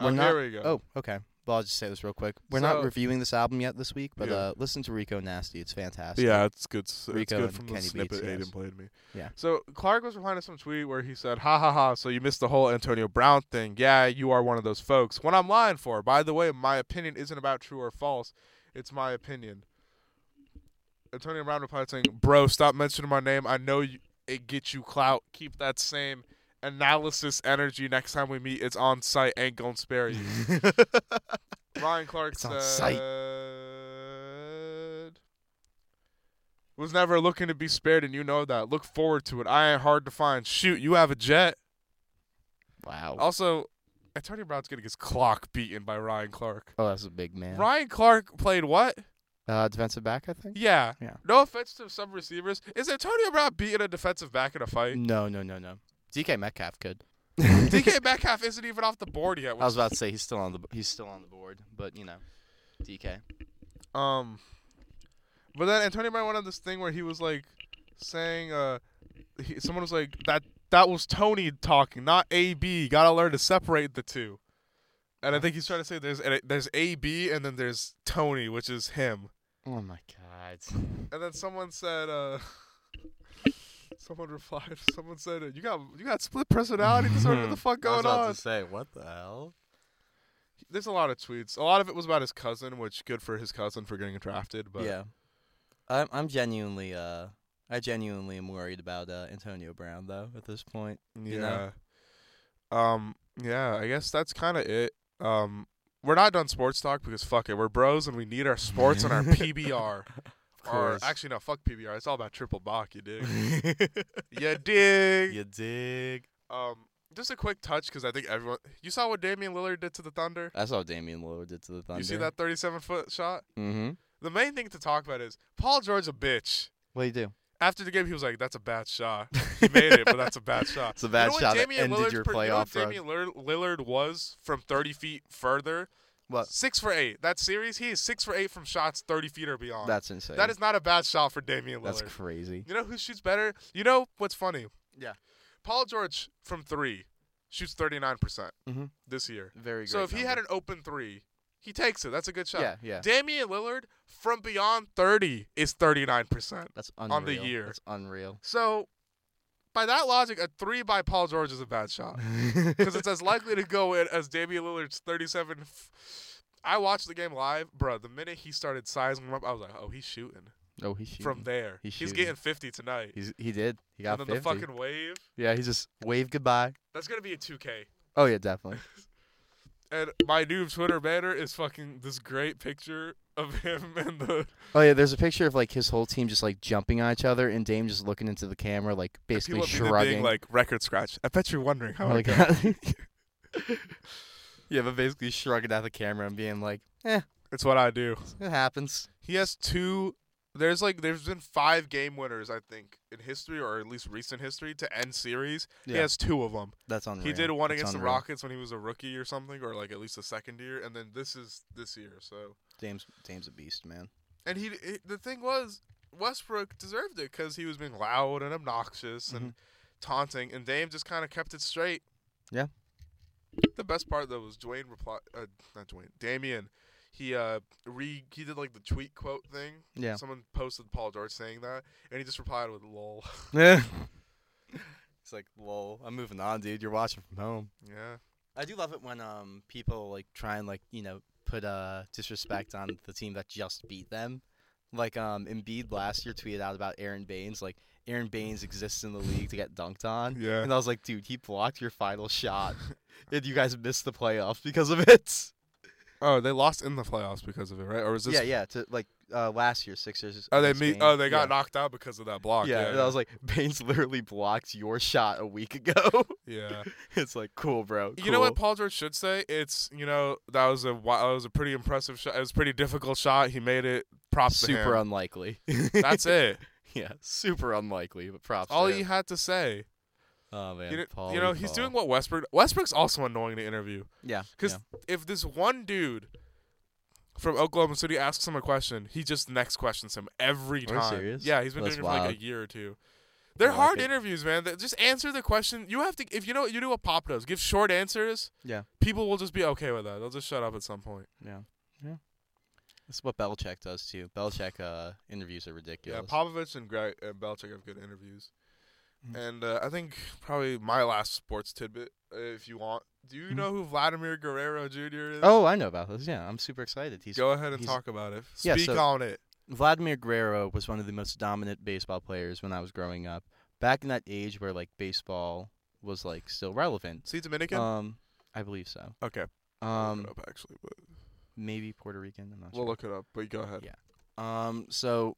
We're
oh,
not-
here we go.
Oh, okay. Well, I'll just say this real quick. We're not
So-
reviewing this album yet this week, but
Yeah.
uh, listen to Rico Nasty. It's fantastic.
Yeah, it's good. s- It's
Rico
good
and
from the
Kenny
snippet
Beats,
Aiden
yes.
played me.
Yeah.
So Clark was replying to some tweet where he said, "Ha ha ha! So you missed the whole Antonio Brown thing? Yeah, you are one of those folks. What I'm lying for? By the way, my opinion isn't about true or false. It's my opinion." Antonio Brown replied saying, "Bro, stop mentioning my name. I know you, it gets you clout. Keep that same." Analysis energy next time we meet, it's on site, ain't gonna spare you. Ryan Clark
It's
said
on site.
was never looking to be spared, and you know that. Look forward to it. I ain't hard to find. Shoot, you have a jet.
[laughs] wow.
Also, Antonio Brown's getting his clock beaten by Ryan Clark.
Oh, that's a big man.
Ryan Clark played what?
Uh, defensive back, I think.
Yeah.
Yeah.
No offense to some receivers. Is Antonio Brown beating a defensive back in a fight?
No, no, no, no. DK
[laughs]
Metcalf could. [laughs]
DK Metcalf isn't even off the board yet.
I was about to say he's still on the he's still on the board, but you know, DK.
Um, but then Antonio Brown went on this thing where he was like saying, uh, he, someone was like that that was Tony talking, not AB. Gotta learn to separate the two. And I think he's trying to say there's and it- there's AB and then there's Tony, which is him.
Oh my God.
And then someone said, uh, [laughs] someone replied, [laughs] someone said, you got you got split personality disorder. What the [laughs] fuck going on?
say what the hell?
There's a lot of tweets. A lot of it was about his cousin, which good for his cousin for getting drafted. But
yeah, I'm I'm genuinely uh I genuinely am worried about uh Antonio Brown though at this point.
Yeah.
you know?
Um. Yeah. I guess that's kind of it. Um. We're not done sports talk because fuck it, we're bros and we need our sports
[laughs]
and our PBR.
Of
or
course.
actually, no, fuck PBR. [laughs]
[laughs]
It's all about triple Bach. You dig? you dig?
you dig.
Um. Just a quick touch because I think everyone. You saw what Damian Lillard did to the Thunder.
I saw what Damian Lillard did to the Thunder.
You see that 37 foot shot.
Mm-hmm.
The main thing to talk about is Paul George's a bitch.
What do you do?
After the game, he was like, "That's a bad shot. He made it, but that's a bad shot."
It's a
Uh, You
bad
know what
shot that
Damian
ended
Lillard's
your
per- you know what
playoff run.
Damian Lillard, Lillard was from 30 feet further.
What?
Six for eight. That series, he is six for eight from shots 30 feet or beyond.
That's insane.
that is not a bad shot for Damian Lillard.
That's crazy.
You know who shoots better? You know what's funny?
Yeah.
Paul George from three shoots 39% percent
Mhm.
this year.
Very.
So if he had an open three, he takes it. That's a good shot.
yeah, yeah,
Damian Lillard from beyond 30 is 39%.
that's unreal.
on the year.
that's unreal.
So by that logic, a three by Paul George is a bad
[laughs]
shot because it's as likely to go in as Damian Lillard's 37. F- I watched the game live, bro. The minute he started sizing him up, I was like, "Oh, he's shooting
oh, he's shooting.
from there.
He's
he's
shooting.
getting 50 tonight."
He's, he did. He got
and then
50.
the fucking wave.
yeah, he just waved goodbye.
That's gonna be a 2K.
Oh
[laughs]
yeah, definitely.
And my new Twitter banner is fucking this great picture of him [laughs] and the
Oh yeah, there's a picture of like his whole team just like jumping on each other, and Dame just looking into the camera, like basically
people
shrugging.
being like record scratch. I bet you're wondering how
Oh,
I [laughs]
my
got
God. [laughs] yeah, but basically shrugging at the camera and being like,
It's what I do.
"It happens."
He has two. There's like there's been five game winners I think in history or at least recent history to end series. He
Yeah.
has two of them.
That's unreal.
He did one
That's
against the
unreal.
Rockets when he was a rookie or something, or like at least the second year, and then this is this year. So,
Dame's Dame's a beast, man.
and he it, the thing was Westbrook deserved it because he was being loud and obnoxious and taunting, and Dame just kind of kept it straight.
Mm-hmm. Yeah.
The best part though was Dwayne reply, uh, not Dwayne, Damian. He uh re he did like the tweet quote thing.
Yeah.
Someone posted Paul George saying that, and he just replied with "lol." [laughs]
Yeah. it's like, lol. I'm moving on, dude. You're watching from home.
yeah.
I do love it when um people like try and like you know put uh disrespect on the team that just beat them. Like um Embiid last year tweeted out about Aaron Baines. Like Aaron Baines exists in the league to get dunked on.
Yeah.
And I was like, dude, he blocked your
[laughs]
final shot, and you guys missed the playoffs because of it.
Oh, they lost in the playoffs because of it, right? Or was this?
yeah, yeah. To like uh, last year, Sixers.
Oh, they
against
meet.
Baines.
Oh, they got
Yeah.
knocked out because of that block.
yeah,
Yeah,
and I was like, Baines literally blocked your shot a week ago. [laughs]
yeah.
it's like, cool, bro.
You know what
cool.
Paul George should say? It's you know that was a wi- that was a pretty impressive shot. It was a pretty difficult shot. He made it. Props to
Super
him.
unlikely. [laughs]
That's it.
Yeah, super unlikely, but props.
All
to
he
him.
had to say.
oh man,
you know,
Paul,
you know he's doing what Westbrook. Westbrook's also annoying to interview.
Yeah,
'Cause If this one dude from Oklahoma City asks him a question, he just next questions him every
Are you
time.
serious?
Yeah, he's been
That's
doing it for like
wild.
a year or two. They're
like
hard
it.
interviews, man. That- Just answer the question. You have to if you know you do what Pop does. Give short answers.
Yeah.
People will just be okay with that. They'll just shut up at some point.
yeah, yeah. That's what Belichick does too. Belichick uh, interviews are ridiculous.
Yeah, Popovich and Greg and Belichick have good interviews.
Mm.
And uh, I think probably my last sports tidbit, uh, if you want. Do you
Mhm.
know who Vladimir Guerrero Jr. is?
oh, I know about this. Yeah, I'm super excited. He's
Go ahead and
he's-
talk about it.
Yeah,
Speak
so-
on it.
Vladimir Guerrero was one of the most dominant baseball players when I was growing up. Back in that age where like baseball was like still relevant.
See Dominican?
Um, I believe so.
okay. I'll look
Um,
it up actually, but
maybe Puerto Rican. I'm not
we'll
sure.
look it up. But go ahead.
Yeah. Um, so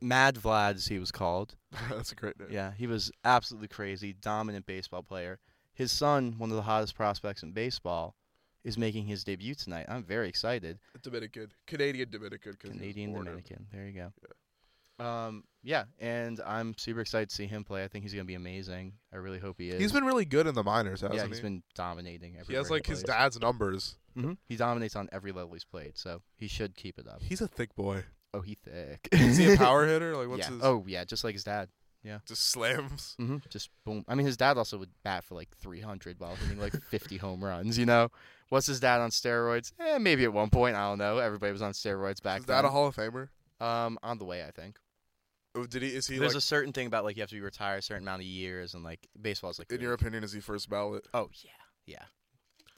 Mad Vlad, as he was called.
[laughs] That's a great name.
Yeah, he was absolutely crazy, dominant baseball player. His son, one of the hottest prospects in baseball, is making his debut tonight. I'm very excited.
Dominican, Canadian Dominican, 'cause he was
Canadian
born in-
Dominican. There you go. Um, yeah, and I'm super excited to see him play. I think he's gonna be amazing. I really hope he is.
He's been really good in the minors, hasn't
yeah,
he?
he's been dominating. Everywhere
he has like his
plays.
dad's numbers.
Mhm. He dominates on every level he's played, so he should keep it up.
He's a thick
[laughs]
boy.
Oh, he thick.
[laughs] Is he a
[laughs]
power hitter? Like what's
yeah.
his?
Oh, yeah, just like his dad.
just slams.
hmm Just boom. I mean, his dad also would bat for like 300 while hitting like 50 home runs. You know, was his dad on steroids? Eh, maybe at one point. I don't know. Everybody was on steroids back
Is that a
then.
Hall of Famer?
um, on the way, I think.
Oh, Did he? Is he
There's
like?
a certain thing about like you have to be retired a certain amount of years, and like baseball's like.
in your opinion, is he first ballot?
oh yeah, yeah.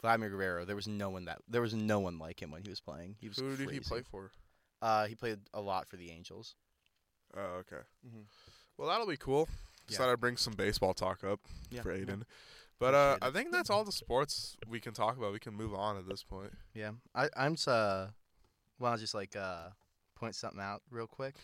Vladimir Guerrero. There was no one that there was no one like him when he was playing. He was
Who did he
crazy.
play for?
Uh, he played a lot for the Angels.
Oh, okay.
Mhm.
Well, that'll be cool. Just
Yeah.
thought I'd bring some baseball talk up
Yeah.
for Aiden. But uh,
Appreciate
I
it.
think that's all the sports we can talk about. We can move on at this point.
Yeah, I I'm just uh, well, I'll just like uh, point something out real quick.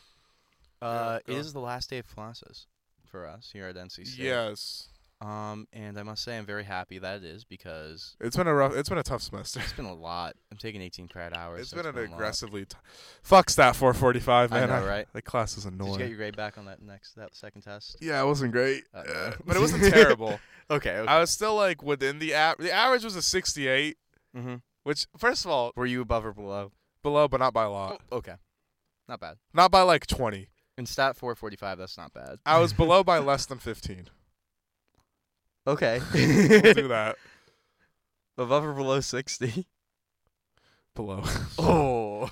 Uh,
go
it
on.
is the last day of classes for us here at NC State.
Yes.
Um, and I must say I'm very happy that it is because
It's been a rough. It's been a tough semester.
it's been a lot. I'm taking 18 credit hours.
It's
so
been an
a lot.
aggressively. T- Fuck stat 445,
I
man.
know, right?
The class is
Did you
annoying.
get your grade back on that next that second test?
yeah, it wasn't great,
Uh,
uh,
no.
but it [laughs] wasn't terrible.
Okay. okay.
I was still like within the average. The average was a 68,
mm-hmm.
which first of all,
Were you above or below?
below, but not by a lot.
okay. Not bad.
Not by like 20.
In stat 445, that's not bad.
I was below by less than 15.
[laughs]
[laughs]
okay. [laughs]
We'll do that.
Above or below 60?
Below.
[laughs] Oh.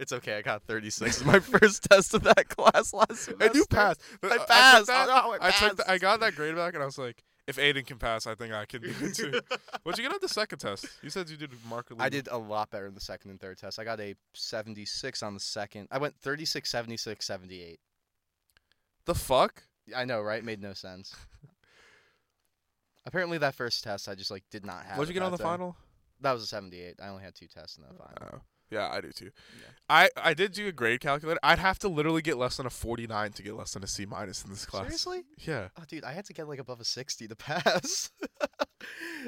It's okay. I got 36 in my [laughs] first test of that class last semester.
[laughs] and you passed. But
I
took
passed.
that-
oh, no, I
I
passed.
took. the- I got that grade back, and I was like, if Aiden can pass, I think I can
[laughs]
do it [laughs] too. What'd you get on the second test? You said you did markedly.
I did a lot better in the second and third test. I got a 76 on the second. I went 36, 76, 78.
The fuck?
I know, right? Made no sense. Apparently, that first test I just like did not have.
What'd
it
you get on the
that time.
final?
That was a 78. I only had two tests in the final.
Oh. Yeah, I do too.
Yeah.
I, I did do a grade calculator. I'd have to literally get less than a 49 to get less than a C minus in this class.
Seriously?
Yeah.
Oh, dude, I had to get like above a 60 to [laughs] pass.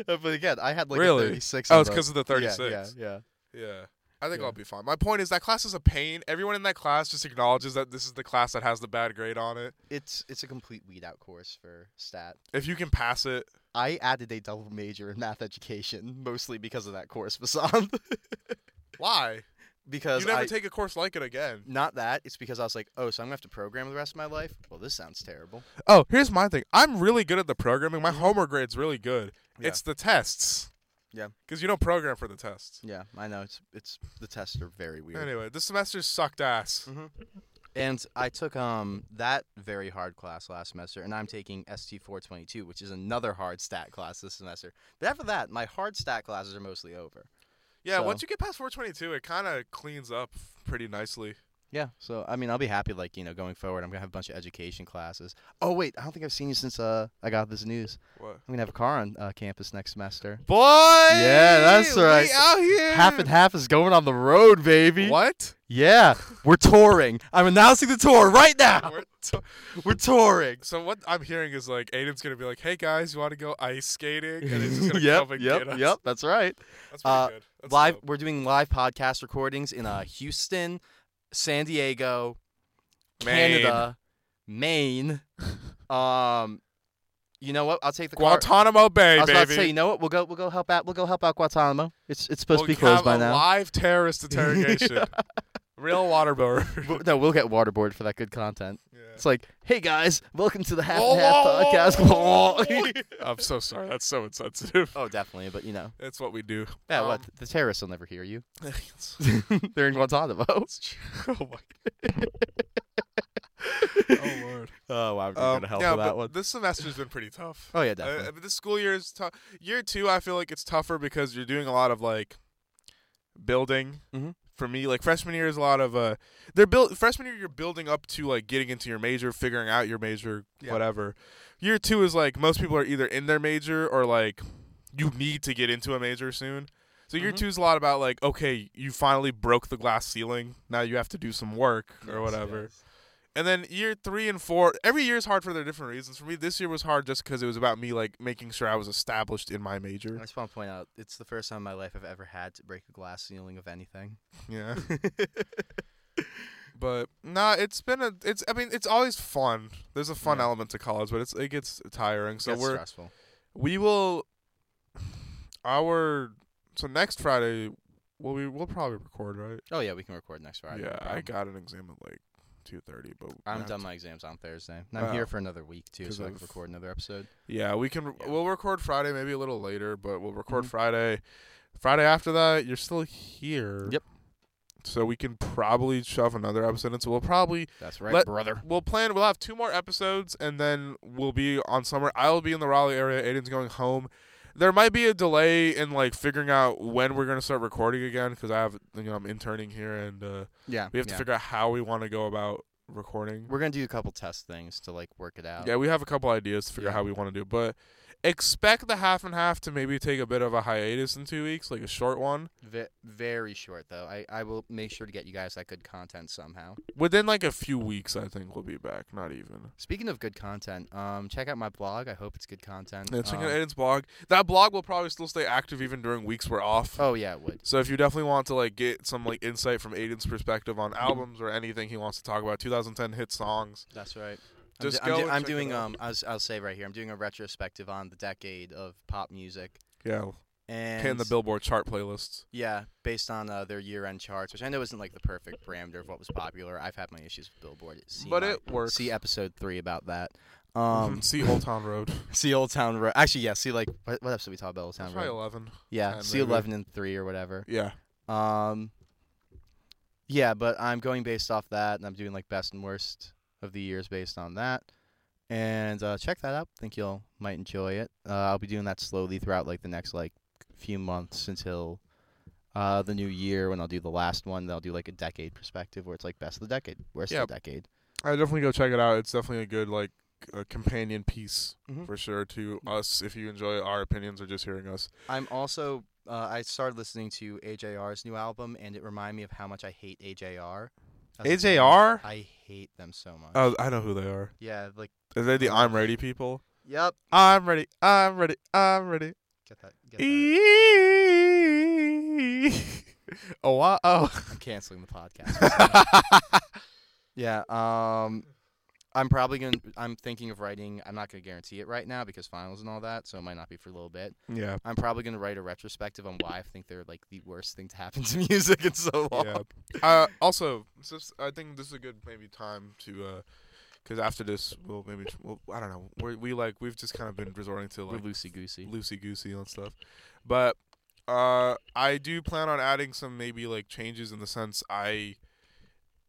Uh, but again, I had like
Really?
a 36.
Oh,
on
it's
the-
because of the 36.
Yeah, yeah, yeah.
Yeah. I think
Yeah.
I'll be fine. My point is that class is a pain. Everyone in that class just acknowledges that this is the class that has the bad grade on it.
It's it's a complete weed out course for stat.
If you can pass it,
I added a double major in math education mostly because of that course, Vasant. [laughs]
why?
because
You never
I,
take a course like it again.
not that, it's because I was like, oh, so I'm gonna have to program the rest of my life. Well, this sounds terrible.
Oh, here's my thing. I'm really good at the programming. My homework grade's really good.
Yeah.
It's the tests.
Yeah.
Because you don't program for the tests.
Yeah, I know. It's it's the tests are very weird.
Anyway, this semester sucked ass.
And I took um that very hard class last semester, and I'm taking ST four twenty two, which is another hard stat class this semester. But after that, my hard stat classes are mostly over.
Yeah,
So-
once you get past 422, it kind of cleans up pretty nicely.
Yeah, so I mean, I'll be happy like you know going forward. I'm gonna have a bunch of education classes. Oh wait, I don't think I've seen you since uh I got this news.
What?
I'm gonna have a car on uh, campus next semester.
Boy!
Yeah, that's right.
We out here.
Half and half is going on the road, baby.
What?
Yeah, we're touring. I'm announcing the tour right now.
We're to-
We're touring.
so what I'm hearing is like Aiden's gonna be like, "Hey guys, you want to go ice skating?" [laughs] And he's just gonna
[laughs] yep,
come and
yep,
get us.
yep. That's right.
That's pretty
Uh,
good. That's
live
dope.
we're doing live podcast recordings in uh Houston, San Diego, Canada, Maine. um you know what? I'll take the car.
Guantanamo Bay,
I was
baby.
about to say, you know what? We'll go we'll go help out we'll go help out Guantanamo. It's it's supposed
we'll
to be closed
have
by
a
now.
Live
[laughs]
terrorist interrogation. Real waterboard. [laughs]
We'll- no, we'll get waterboard for that good content. It's like, hey guys, welcome to the half
Whoa,
and half
whoa, whoa,
podcast. [laughs]
whoa, whoa. I'm so sorry. That's so insensitive.
oh, definitely, but you know,
That's what we do. [laughs]
yeah, what
Um,
the terrorists will never
[laughs]
hear you. [laughs]
it's-
They're in Guantanamo. oh
[laughs] oh my. Oh lord.
wow, we're
Um,
gonna help
yeah,
with that
but
one.
This semester's been pretty tough.
Oh yeah,
Uh,
definitely.
but this school year is tough. Year two, I feel like it's tougher because you're doing a lot of like building.
Mhm.
For me, like freshman year is a lot of uh, they're built. Freshman year, you're building up to like getting into your major, figuring out your major,
Yeah.
whatever. Year two is like most people are either in their major or like you need to get into a major soon. So year
Mhm.
two is a lot about like okay, you finally broke the glass ceiling. Now you have to do some work or whatever. And then year three and four, every year is hard for their different reasons. For me, this year was hard just because it was about me like making sure I was established in my
I
major.
just want to point out, it's the first time in my life I've ever had to break a glass ceiling
[laughs]
of anything. [laughs]
Yeah. but nah, it's been a. It's I mean, it's always fun. There's a fun
Yeah.
element to college, but it's it gets tiring. So
That's
we're
stressful.
we will our so next Friday. Well, we we'll probably record right.
Oh yeah, we can record next Friday. no
yeah, I
problem.
got an exam at like two thirty, but we
I'm
have
done
to-
my exams on Thursday. And I'm here
Oh.
for another week too,
'Cause
so I can
of-
record another episode.
Yeah, we can.
Yeah.
We'll record Friday, maybe a little later, but we'll record
Mhm.
Friday. Friday after that, you're still here.
Yep.
So we can probably shove another episode in. So we'll probably
That's right,
Let-
brother.
we'll plan. We'll have two more episodes, and then we'll be on summer. I'll be in the Raleigh area. Aiden's going home. There might be a delay in like figuring out when we're gonna start recording again because I have you know I'm interning here and uh,
Yeah,
we have to
yeah.
figure out how we want to go about recording.
We're gonna do a couple test things to like work it out.
Yeah, we have a couple ideas to figure out
Yeah.
how we want to do, it, but Expect the half and half to maybe take a bit of a hiatus in two weeks, like a short one.
Ve- very short though. I, I will make sure to get you guys that good content somehow.
Within like a few weeks, I think we'll be back. Not even.
Speaking of good content, um, check out my blog. I hope it's good content.
Yeah, check out
Um,
Aiden's blog. That blog will probably still stay active even during weeks we're off.
oh yeah, it would.
So if you definitely want to like get some like insight from Aiden's perspective on albums or anything he wants to talk about, 2010 hit songs.
That's right. I'm,
Just
do- I'm,
go
do-
and
I'm
check it
doing
out.
um. I'll, I'll say right here. I'm doing a retrospective on the decade of pop music
Yeah,
and
and the Billboard chart playlists.
Yeah, based on uh, their year-end charts, which I know isn't like the perfect parameter of what was popular. I've had my issues with Billboard. See
but
my-
it works.
see episode three about that.
[laughs]
Um,
Mm-hmm. see Old Town Road.
see Old Town Road. Actually, yeah. See like what, what episode we talk about Old Town
Probably
Road?
11.
Yeah,
10
see
maybe.
eleven and three or whatever.
Yeah.
Um, yeah, but I'm going based off that, and I'm doing like best and worst of the years based on that. And uh, check that out. Think you'll might enjoy it. Uh, I'll be doing that slowly throughout like the next like few months until uh, the new year when I'll do the last one. Then I'll do like a decade perspective where it's like best of the decade, worst
Yeah.
of the decade.
I definitely go check it out. It's definitely a good like uh, companion piece
Mhm.
for sure to us if you enjoy our opinions or just hearing us.
I'm also uh, I started listening to AJR's new album, and it reminded me of how much I hate AJR. as a band.
AJR?
I hate them so much.
Oh, I know who they are.
yeah, like
Are they the I'm Ready people?
yep.
I'm ready. I'm ready. I'm ready.
Get that. Get that.
E [laughs] oh, wow. oh. [laughs]
I'm canceling the podcast. [laughs] yeah. Um, I'm probably gonna. I'm thinking of writing. I'm not gonna guarantee it right now because finals and all that, so it might not be for a little bit.
yeah.
I'm probably gonna write a retrospective on why I think they're like the worst thing to happen to [laughs] music in so long.
Yeah. Uh, also, it's just- I think this is a good maybe time to, uh 'cause after this we'll maybe we'll, I don't know. We're, we like we've just kind of been resorting to
We're
like
loosey goosey.
loosey goosey on stuff, but uh, I do plan on adding some maybe like changes in the sense I,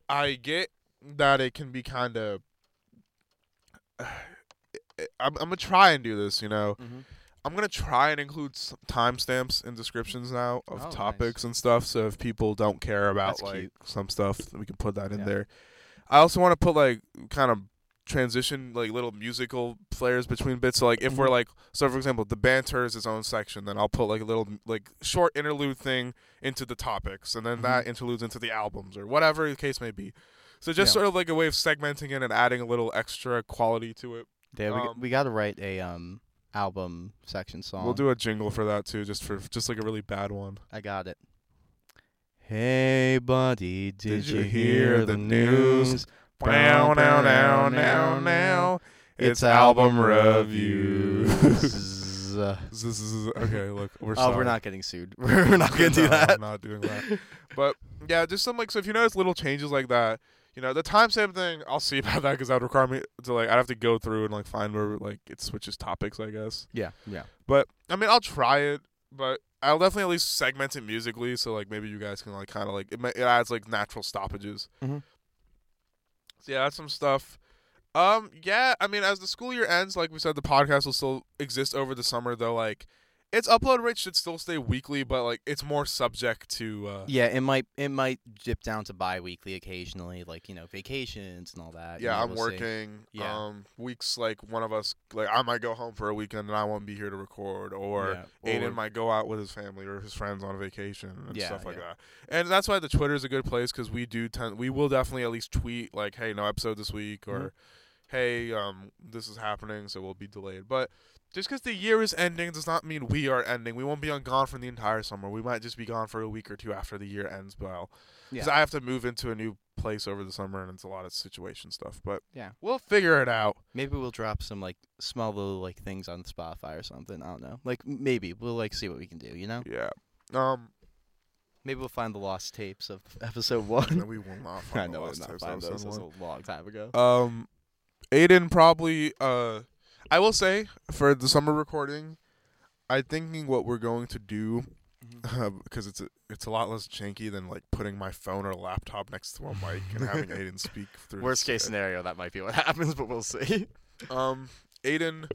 I get that it can be kind [sighs] of. I'm, I'm gonna try and do this, you know.
Mm-hmm.
I'm gonna try and include s timestamps and descriptions now of
Oh, nice.
topics and stuff. So if people don't care about
That's
like
cute.
some stuff, then we can put that in
Yeah.
there. I also want to put like kind of transition like little musical flares between bits. So like if we're
Mhm.
like so for example, the banter is its own section. Then I'll put like a little like short interlude thing into the topics, and then
Mhm.
that interludes into the albums or whatever the case may be. So just
Yeah.
sort of like a way of segmenting it and adding a little extra quality to it.
Yeah, we, g-
Um,
we got to write a um album section song.
We'll do a jingle for that too, just for just like a really bad one.
I got it. Hey buddy, did,
you hear the news?
Bow, bow, now, now, now.
It's album reviews.
reviews.
Zzz, [laughs] okay, look, we're
oh,
sorry.
we're not [laughs] getting sued. we're not gonna do
No,
that.
I'm not doing
[laughs]
that. But yeah, just some like so. If you notice little changes like that, you know, the timestamp thing, I'll see [laughs] about that because that would require me to like I'd have to go through and like find where like it switches topics, I guess.
yeah, yeah.
But I mean, I'll try it, but I'll definitely at least segment it musically, so like maybe you guys can like kind of like it, ma- it adds like natural stoppages.
Mhm.
So yeah, that's some stuff. Um, yeah, I mean, as the school year ends, like we said, the podcast will still exist over the summer, though. Like, its upload rate should still stay weekly, but like it's more subject to. Uh,
Yeah, it might it might dip down to bi-weekly occasionally, like you know vacations and all that. you
yeah,
know,
I'm
we'll see.
working.
Yeah.
Um, weeks like one of us, like I might go home for a weekend and I won't be here to record, or
Yeah,
Aiden might go out with his family or his friends on vacation and
Yeah,
stuff like
yeah.
that. And that's why the Twitter is a good place because we do tend, we will definitely at least tweet like, "Hey, no episode this week,"
Mm-hmm.
or "Hey, um, this is happening, so we'll be delayed." But just because the year is ending does not mean we are ending. We won't be on gone for the entire summer. We might just be gone for a week or two after the year ends. Well, because
Yeah.
I have to move into a new place over the summer, and it's a lot of situation stuff. But
Yeah.
we'll figure it out.
Maybe we'll drop some like small little like things on Spotify or something. I don't know. Like m- maybe we'll like see what we can do. You know,
Yeah. Um.
maybe we'll find the lost tapes of [laughs] episode
no,
one.
we will
[laughs]
not. Find
I know
the
we'll
last
not
tapes
find
of
those. This
someone.
was a long time ago.
Um, Aiden probably. Uh, I will say for the summer recording, I'm thinking what we're going to do [laughs]
Mm-hmm.
because it's a, it's a lot less janky than like putting my phone or laptop next to a mic and
[laughs]
having Aiden speak through.
Worst
his-
case scenario, that might be what [laughs] happens, but we'll see.
Um, Aiden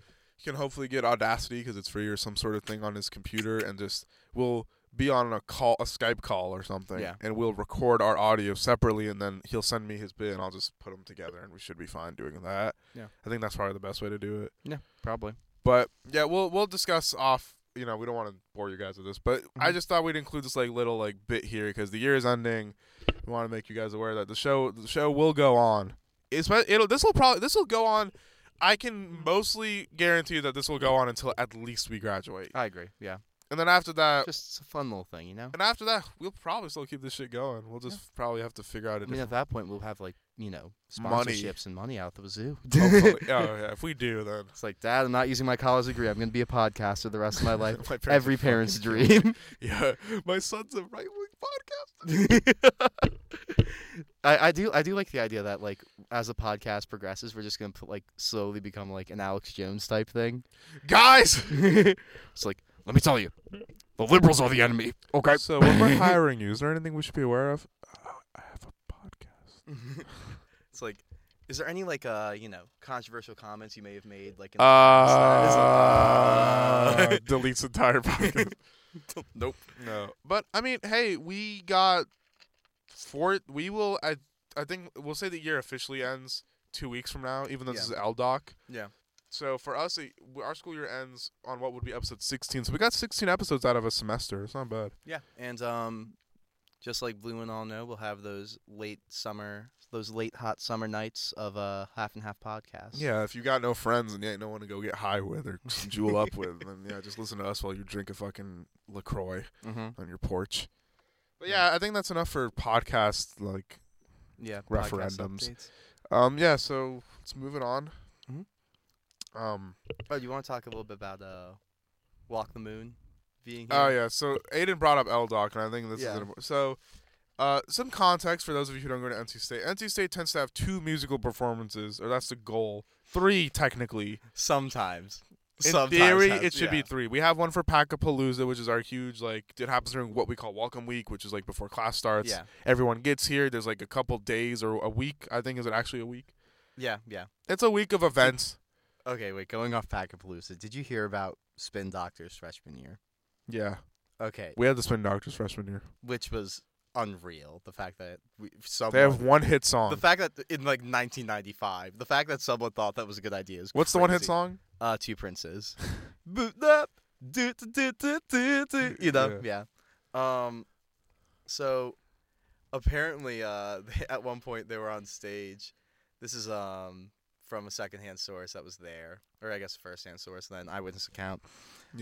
can hopefully get Audacity because it's free or some sort of thing on his computer, and just we'll be on a call, a Skype call or something,
Yeah.
and we'll record our audio separately, and then he'll send me his bit, and I'll just put them together, and we should be fine doing that.
Yeah.
I think that's probably the best way to do it.
Yeah, probably.
But yeah, we'll we'll discuss off. You know, we don't want to bore you guys with this, but I
Mhm.
just thought we'd include this like little like bit here because the year is ending. We want to make you guys aware that the show the show will go on. It's it'll this will probably this will go on. I can mostly guarantee that this will go on until at least we graduate,
I agree. Yeah.
and then after that,
Just a fun little thing, you know.
and after that, we'll probably still keep this shit going. We'll just probably have to figure out a
I mean,
different.
at that point, we'll have like you know
Money.
sponsorships and money out the [laughs] wazoo.
Hopefully, oh yeah, if we do, then
It's like, Dad, I'm not using my college degree. I'm going to be a podcaster the rest of my [laughs] life.
[laughs] My parents
Every
would fucking
parent's
kill me. [laughs]
dream.
Yeah, my son's a right wing podcaster.
[laughs] I, I do I do like the idea that like as the podcast progresses, we're just going to like slowly become like an Alex Jones type [laughs] thing.
Guys,
It's like, let me tell you, the liberals are the enemy. Okay.
So when [laughs] we're hiring you, is there anything we should be aware of? Oh, I have a podcast.
[laughs] it's like, is there any like uh you know controversial comments you may have made like? In that
[laughs] Uh,
is-
deletes entire podcast. [laughs] nope. No. But I mean, hey, we got four. We will. I I think we'll say the year officially ends two weeks from now, even though this is
Yeah.
LDOC.
Yeah.
So for us, it- our school year ends on what would be episode 16. So we got 16 episodes out of a semester. It's not bad.
Yeah, and um, just like Blue and all know, we'll have those late summer, those late hot summer nights of uh, half and half podcasts.
Yeah, if you got no friends and you ain't no one to go get high with or [laughs] jewel up with, then yeah, just listen to us while you drink a fucking LaCroix
Mm-hmm.
on your porch. But
Yeah.
yeah, I think that's enough for podcast like
Yeah. podcast
Referendums.
updates.
um yeah, so let's move it on.
Mhm.
Um
Oh, do you want to talk a little bit about uh, Walk the Moon? Being
oh
here?
yeah, so Aiden brought up L Doc and I think this
Yeah.
is an, so uh, some context for those of you who don't go to NC State. NC State tends to have two musical performances, or that's the goal. Three, technically.
Sometimes.
In
Sometimes
theory,
has-
it should be
yeah.
three. We have one for Packapalooza, which is our huge like it happens during what we call Welcome Week, which is like before class starts.
Yeah.
Everyone gets here. There's like a couple days or a week. I think is it actually a week?
Yeah. Yeah.
It's a week of events.
Okay, wait. Going off Packapalooza, did you hear about Spin Doctor's freshman year?
Yeah,
Okay,
we had the Spin Doctors freshman year.
which was unreal. The fact that we, someone
They have one hit song.
The fact that in like 1995, the fact that someone thought that was a good idea is
What's the one hit
crazy.
song?
Uh, Two Princes. [laughs] Boot up, do do do do do do. You know, yeah. Um, so apparently, uh, [laughs] at one point they were on stage. This is um from a secondhand source that was there, or I guess a firsthand source, and then eyewitness account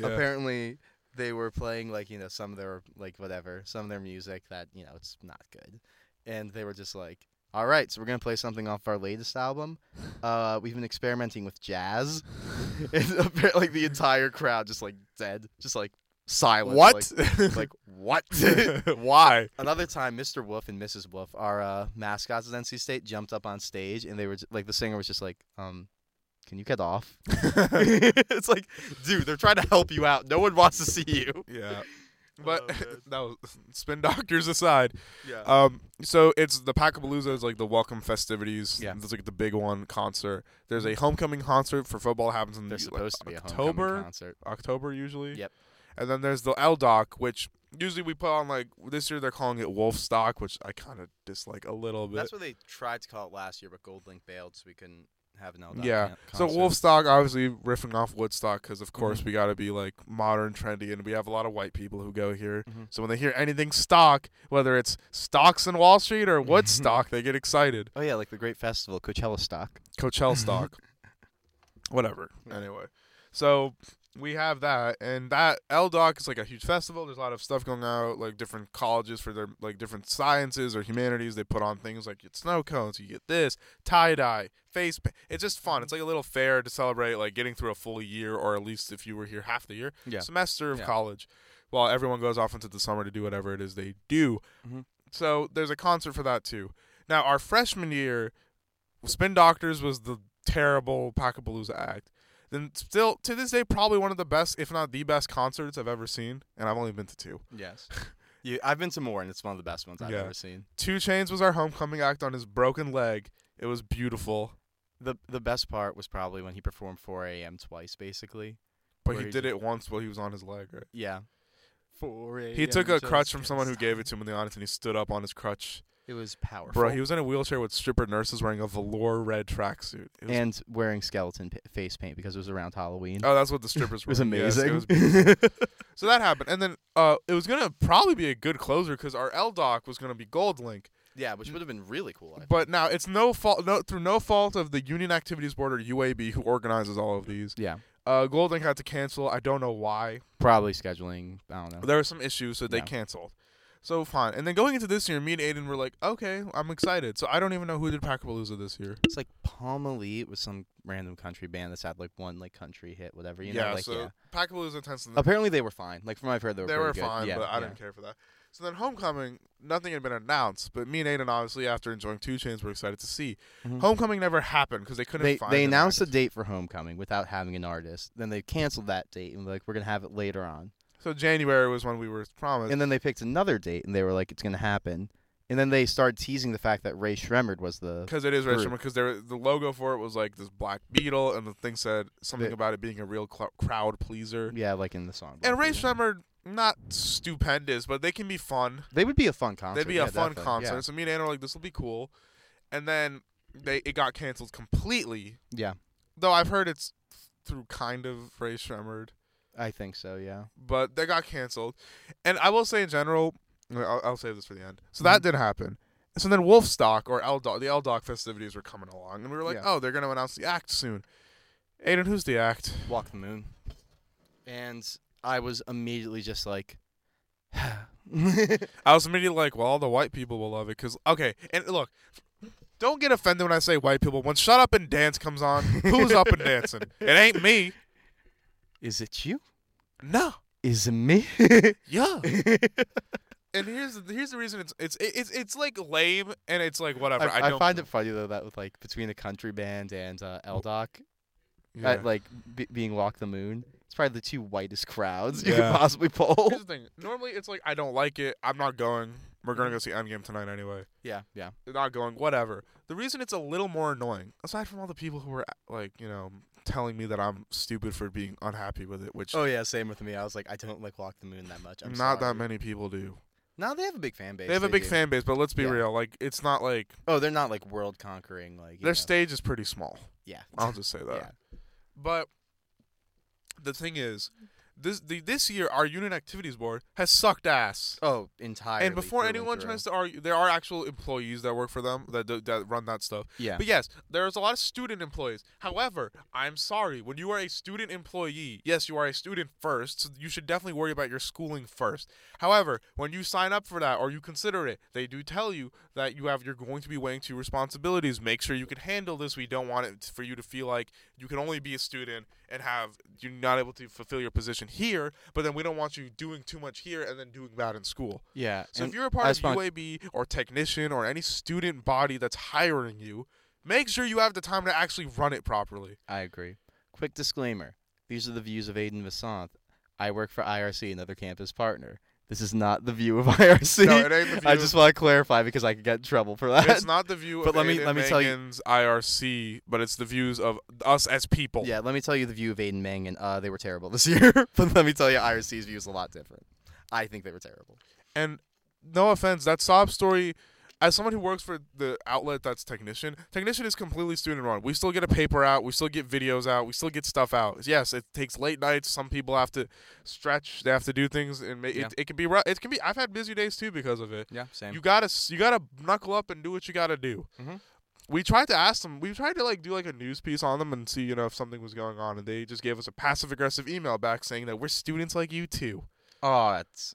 apparently they were playing like you know some of their like whatever some of their music that you know it's not good and they were just like all right so we're gonna play something off our latest album uh we've been experimenting with jazz [laughs] and apparently like, the entire crowd just like dead just like silent
What? [laughs]
like, like what [laughs]
Why?
another time mr wolf and mrs wolf our uh, mascots at nc state jumped up on stage and they were j- like the singer was just like um can you get off [laughs] it's like dude they're trying to help you out no one wants to see you
yeah.
Oh,
But
man.
[laughs] that was Spin Doctors aside.
yeah
Um, so it's the Packapalooza is like the welcome festivities.
Yeah.
that's like the big one concert. There's a homecoming concert for football happens in
They're
the- like,
supposed to be a
October,
homecoming concert.
October usually.
Yep.
And then there's the LDOC, which usually we put on like this year they're calling it Wolf Stock, which I kind of dislike a little bit.
That's what they tried to call it last year, but Gold Link bailed, so we couldn't have an L.
Yeah. so Wolfstock, obviously riffing off Woodstock, because of course
Mm-hmm.
we got to be like modern, trendy, and we have a lot of white people who go here.
Mhm.
So when they hear anything stock, whether it's stocks in Wall Street
[laughs]
or Woodstock, they get excited.
Oh yeah, like the great festival, Coachella stock. [laughs]
Coachella stock. Whatever.
Yeah.
Anyway. So we have that and that LDOC is like a huge festival. There's a lot of stuff going out, like different colleges for their like different sciences or humanities. They put on things like you get snow cones, you get this, tie dye, face pa- it's just fun.
Mm-hmm.
It's like a little fair to celebrate like getting through a full year or at least if you were here half the year.
Yeah.
Semester of
Yeah.
college. While everyone goes off into the summer to do whatever it is they do.
Mhm.
So there's a concert for that too. Now our freshman year Spin Doctors was the terrible Packapalooza act. Then still to this day probably one of the best, if not the best concerts I've ever seen, and I've only been to two.
[laughs] Yes. yeah, I've been to more, and it's one of the best ones I've
Yeah.
ever seen.
Two Chains was our homecoming act on his broken leg. It was beautiful,
the The best part was probably when he performed 4 a.m. twice, basically.
but
Where
he
he
did it once while he was on his leg. Right?
Yeah. 4 a.m.
He took a
just
crutch from
gets
someone who
started.
gave it to him in the audience, and he stood up on his crutch
It was powerful.
Bro, he was in a wheelchair with stripper nurses wearing a velour red tracksuit. It was-
and wearing skeleton p- face paint because it was around Halloween.
[laughs] oh, that's what the strippers
[laughs] it
were.
was
Yes, it
amazing.
was [laughs]
[laughs]
So that happened, and then uh, it was gonna probably be a good closer because our L doc was gonna be Gold Link,
yeah, which would have been really cool. I
but now it's no fault, no through no fault of the Union Activities Board or UAB who organizes all of these.
yeah,
Uh, Gold Link had to cancel. I don't know why.
probably scheduling. I don't know.
There were some issues, so they
Yeah.
canceled. So fine, and then going into this year, me and Aiden were like, okay, I'm excited. So I don't even know who did Pacapalooza this year.
It's like Palm Elite with some random country band that's had like one like country hit, whatever. You know,
yeah,
like
so
yeah.
Pacapalooza tends to
Apparently they were fine. Like from what I've heard, they were
they
pretty
were
good.
fine,
Yeah,
but I
yeah.
didn't care for that. So then Homecoming, nothing had been announced, but me and Aiden obviously after enjoying Two Chains were excited to see.
Mhm.
Homecoming never happened because they couldn't
They
find
they
an
announced a
act.
date for Homecoming without having an artist. Then they canceled that date and were like we're gonna have it later on.
So January was when we were promised.
And then they picked another date and they were like it's gonna happen. And then they started teasing the fact that Ray Shremmerd was the
because it is racial,
group.
because there the logo for it was like this black beetle, and the thing said something
They-
about it being a real cl- crowd pleaser.
yeah like in the song.
And Ray
Black Beauty.
Shremmer, not stupendous, but they can be fun.
They would be a fun concert.
They'd be
yeah,
a fun
definitely,
concert. So me and Anna were like, this will be cool. And then they it got canceled completely.
Yeah.
Though I've heard it's through kind of Ray Shremmerd,
yeah, I think so. Yeah.
but they got canceled. And I will say in general, I'll, I'll save this for the end. So that didn't happen. So then Wolfstock or L Doc, the L Doc festivities were coming along, and we were like,
Yeah.
oh, they're gonna announce the act soon. Aiden, who's the act?
Walk the Moon. And I was immediately just like, [sighs]
I was immediately like, well, all the white people will love it, cause okay, and look. Don't get offended when I say white people. When "Shut Up and Dance" comes on, who's up [laughs] and dancing? It ain't me.
Is it you?
No.
Is it me? [laughs]
Yeah. and here's the, here's the reason it's it's it's it's like lame and it's like whatever. I,
I,
don't
find it funny though that with like between the country band and uh, L Doc,
Yeah.
uh, like be being Walk the Moon, it's probably the two whitest crowds you
Yeah.
could possibly [laughs] pull.
Here's the thing. Normally it's like I don't like it. I'm not going. We're gonna go see
Mm-hmm.
Endgame tonight anyway.
Yeah, yeah.
They're not going. Whatever. The reason it's a little more annoying, aside from all the people who were like you know telling me that I'm stupid for being unhappy with it, which
Oh yeah, same with me. I was like, I don't like Walk the Moon that much. I'm
not
sorry.
that many people do.
No, they have a big fan base.
They have a big
do.
fan base, but let's be
Yeah.
real. Like it's not like
Oh, they're not like world conquering like. you
their
know.
stage is pretty small.
yeah.
I'll just
[laughs]
say that.
yeah.
But the thing is, this the, this year our Union Activities Board has sucked ass.
Oh, entirely.
and before
through
anyone
through.
tries to argue, there are actual employees that work for them that do, that run that stuff.
yeah.
But yes, there's a lot of student employees. However, I'm sorry, when you are a student employee, yes, you are a student first, so you should definitely worry about your schooling first. However, when you sign up for that or you consider it, they do tell you that you have you're going to be weighing two responsibilities. Make sure you can handle this. We don't want it for you to feel like you can only be a student and have you're not able to fulfill your position here, but then we don't want you doing too much here and then doing bad in school.
yeah.
So
and-
if you're a part
I
of
spon-
UAB or technician or any student body that's hiring you, make sure you have the time to actually run it
[laughs]
properly.
I agree. Quick disclaimer. These are the views of Aiden Vassant. I work for IRC, another campus partner. This is not the view of [laughs] IRC.
No, it ain't the
I
view
just
of-
want to clarify because I could get in trouble for that.
It's not the view
But
of
let me-
Aiden
let me tell you-
Mangan's IRC, but it's the views of us as people.
yeah, let me tell you the view of Aiden Meng, and uh, they were terrible this [laughs] year. but let me tell you, IRC's view is a lot different. I think they were terrible.
And no offense, that sob story. As someone who works for the outlet that's technician, technician is completely student run. We still get a paper out, we still get videos out, we still get stuff out. Yes, it takes late nights. Some people have to stretch, they have to do things, and ma-
Yeah.
it, it can be rough. It can be. I've had busy days too because of it.
Yeah, same.
You gotta s- you gotta knuckle up and do what you gotta do.
Mhm.
We tried to ask them. We tried to like do like a news piece on them and see you know if something was going on, and they just gave us a passive aggressive email back saying that we're students like you too.
oh, that's,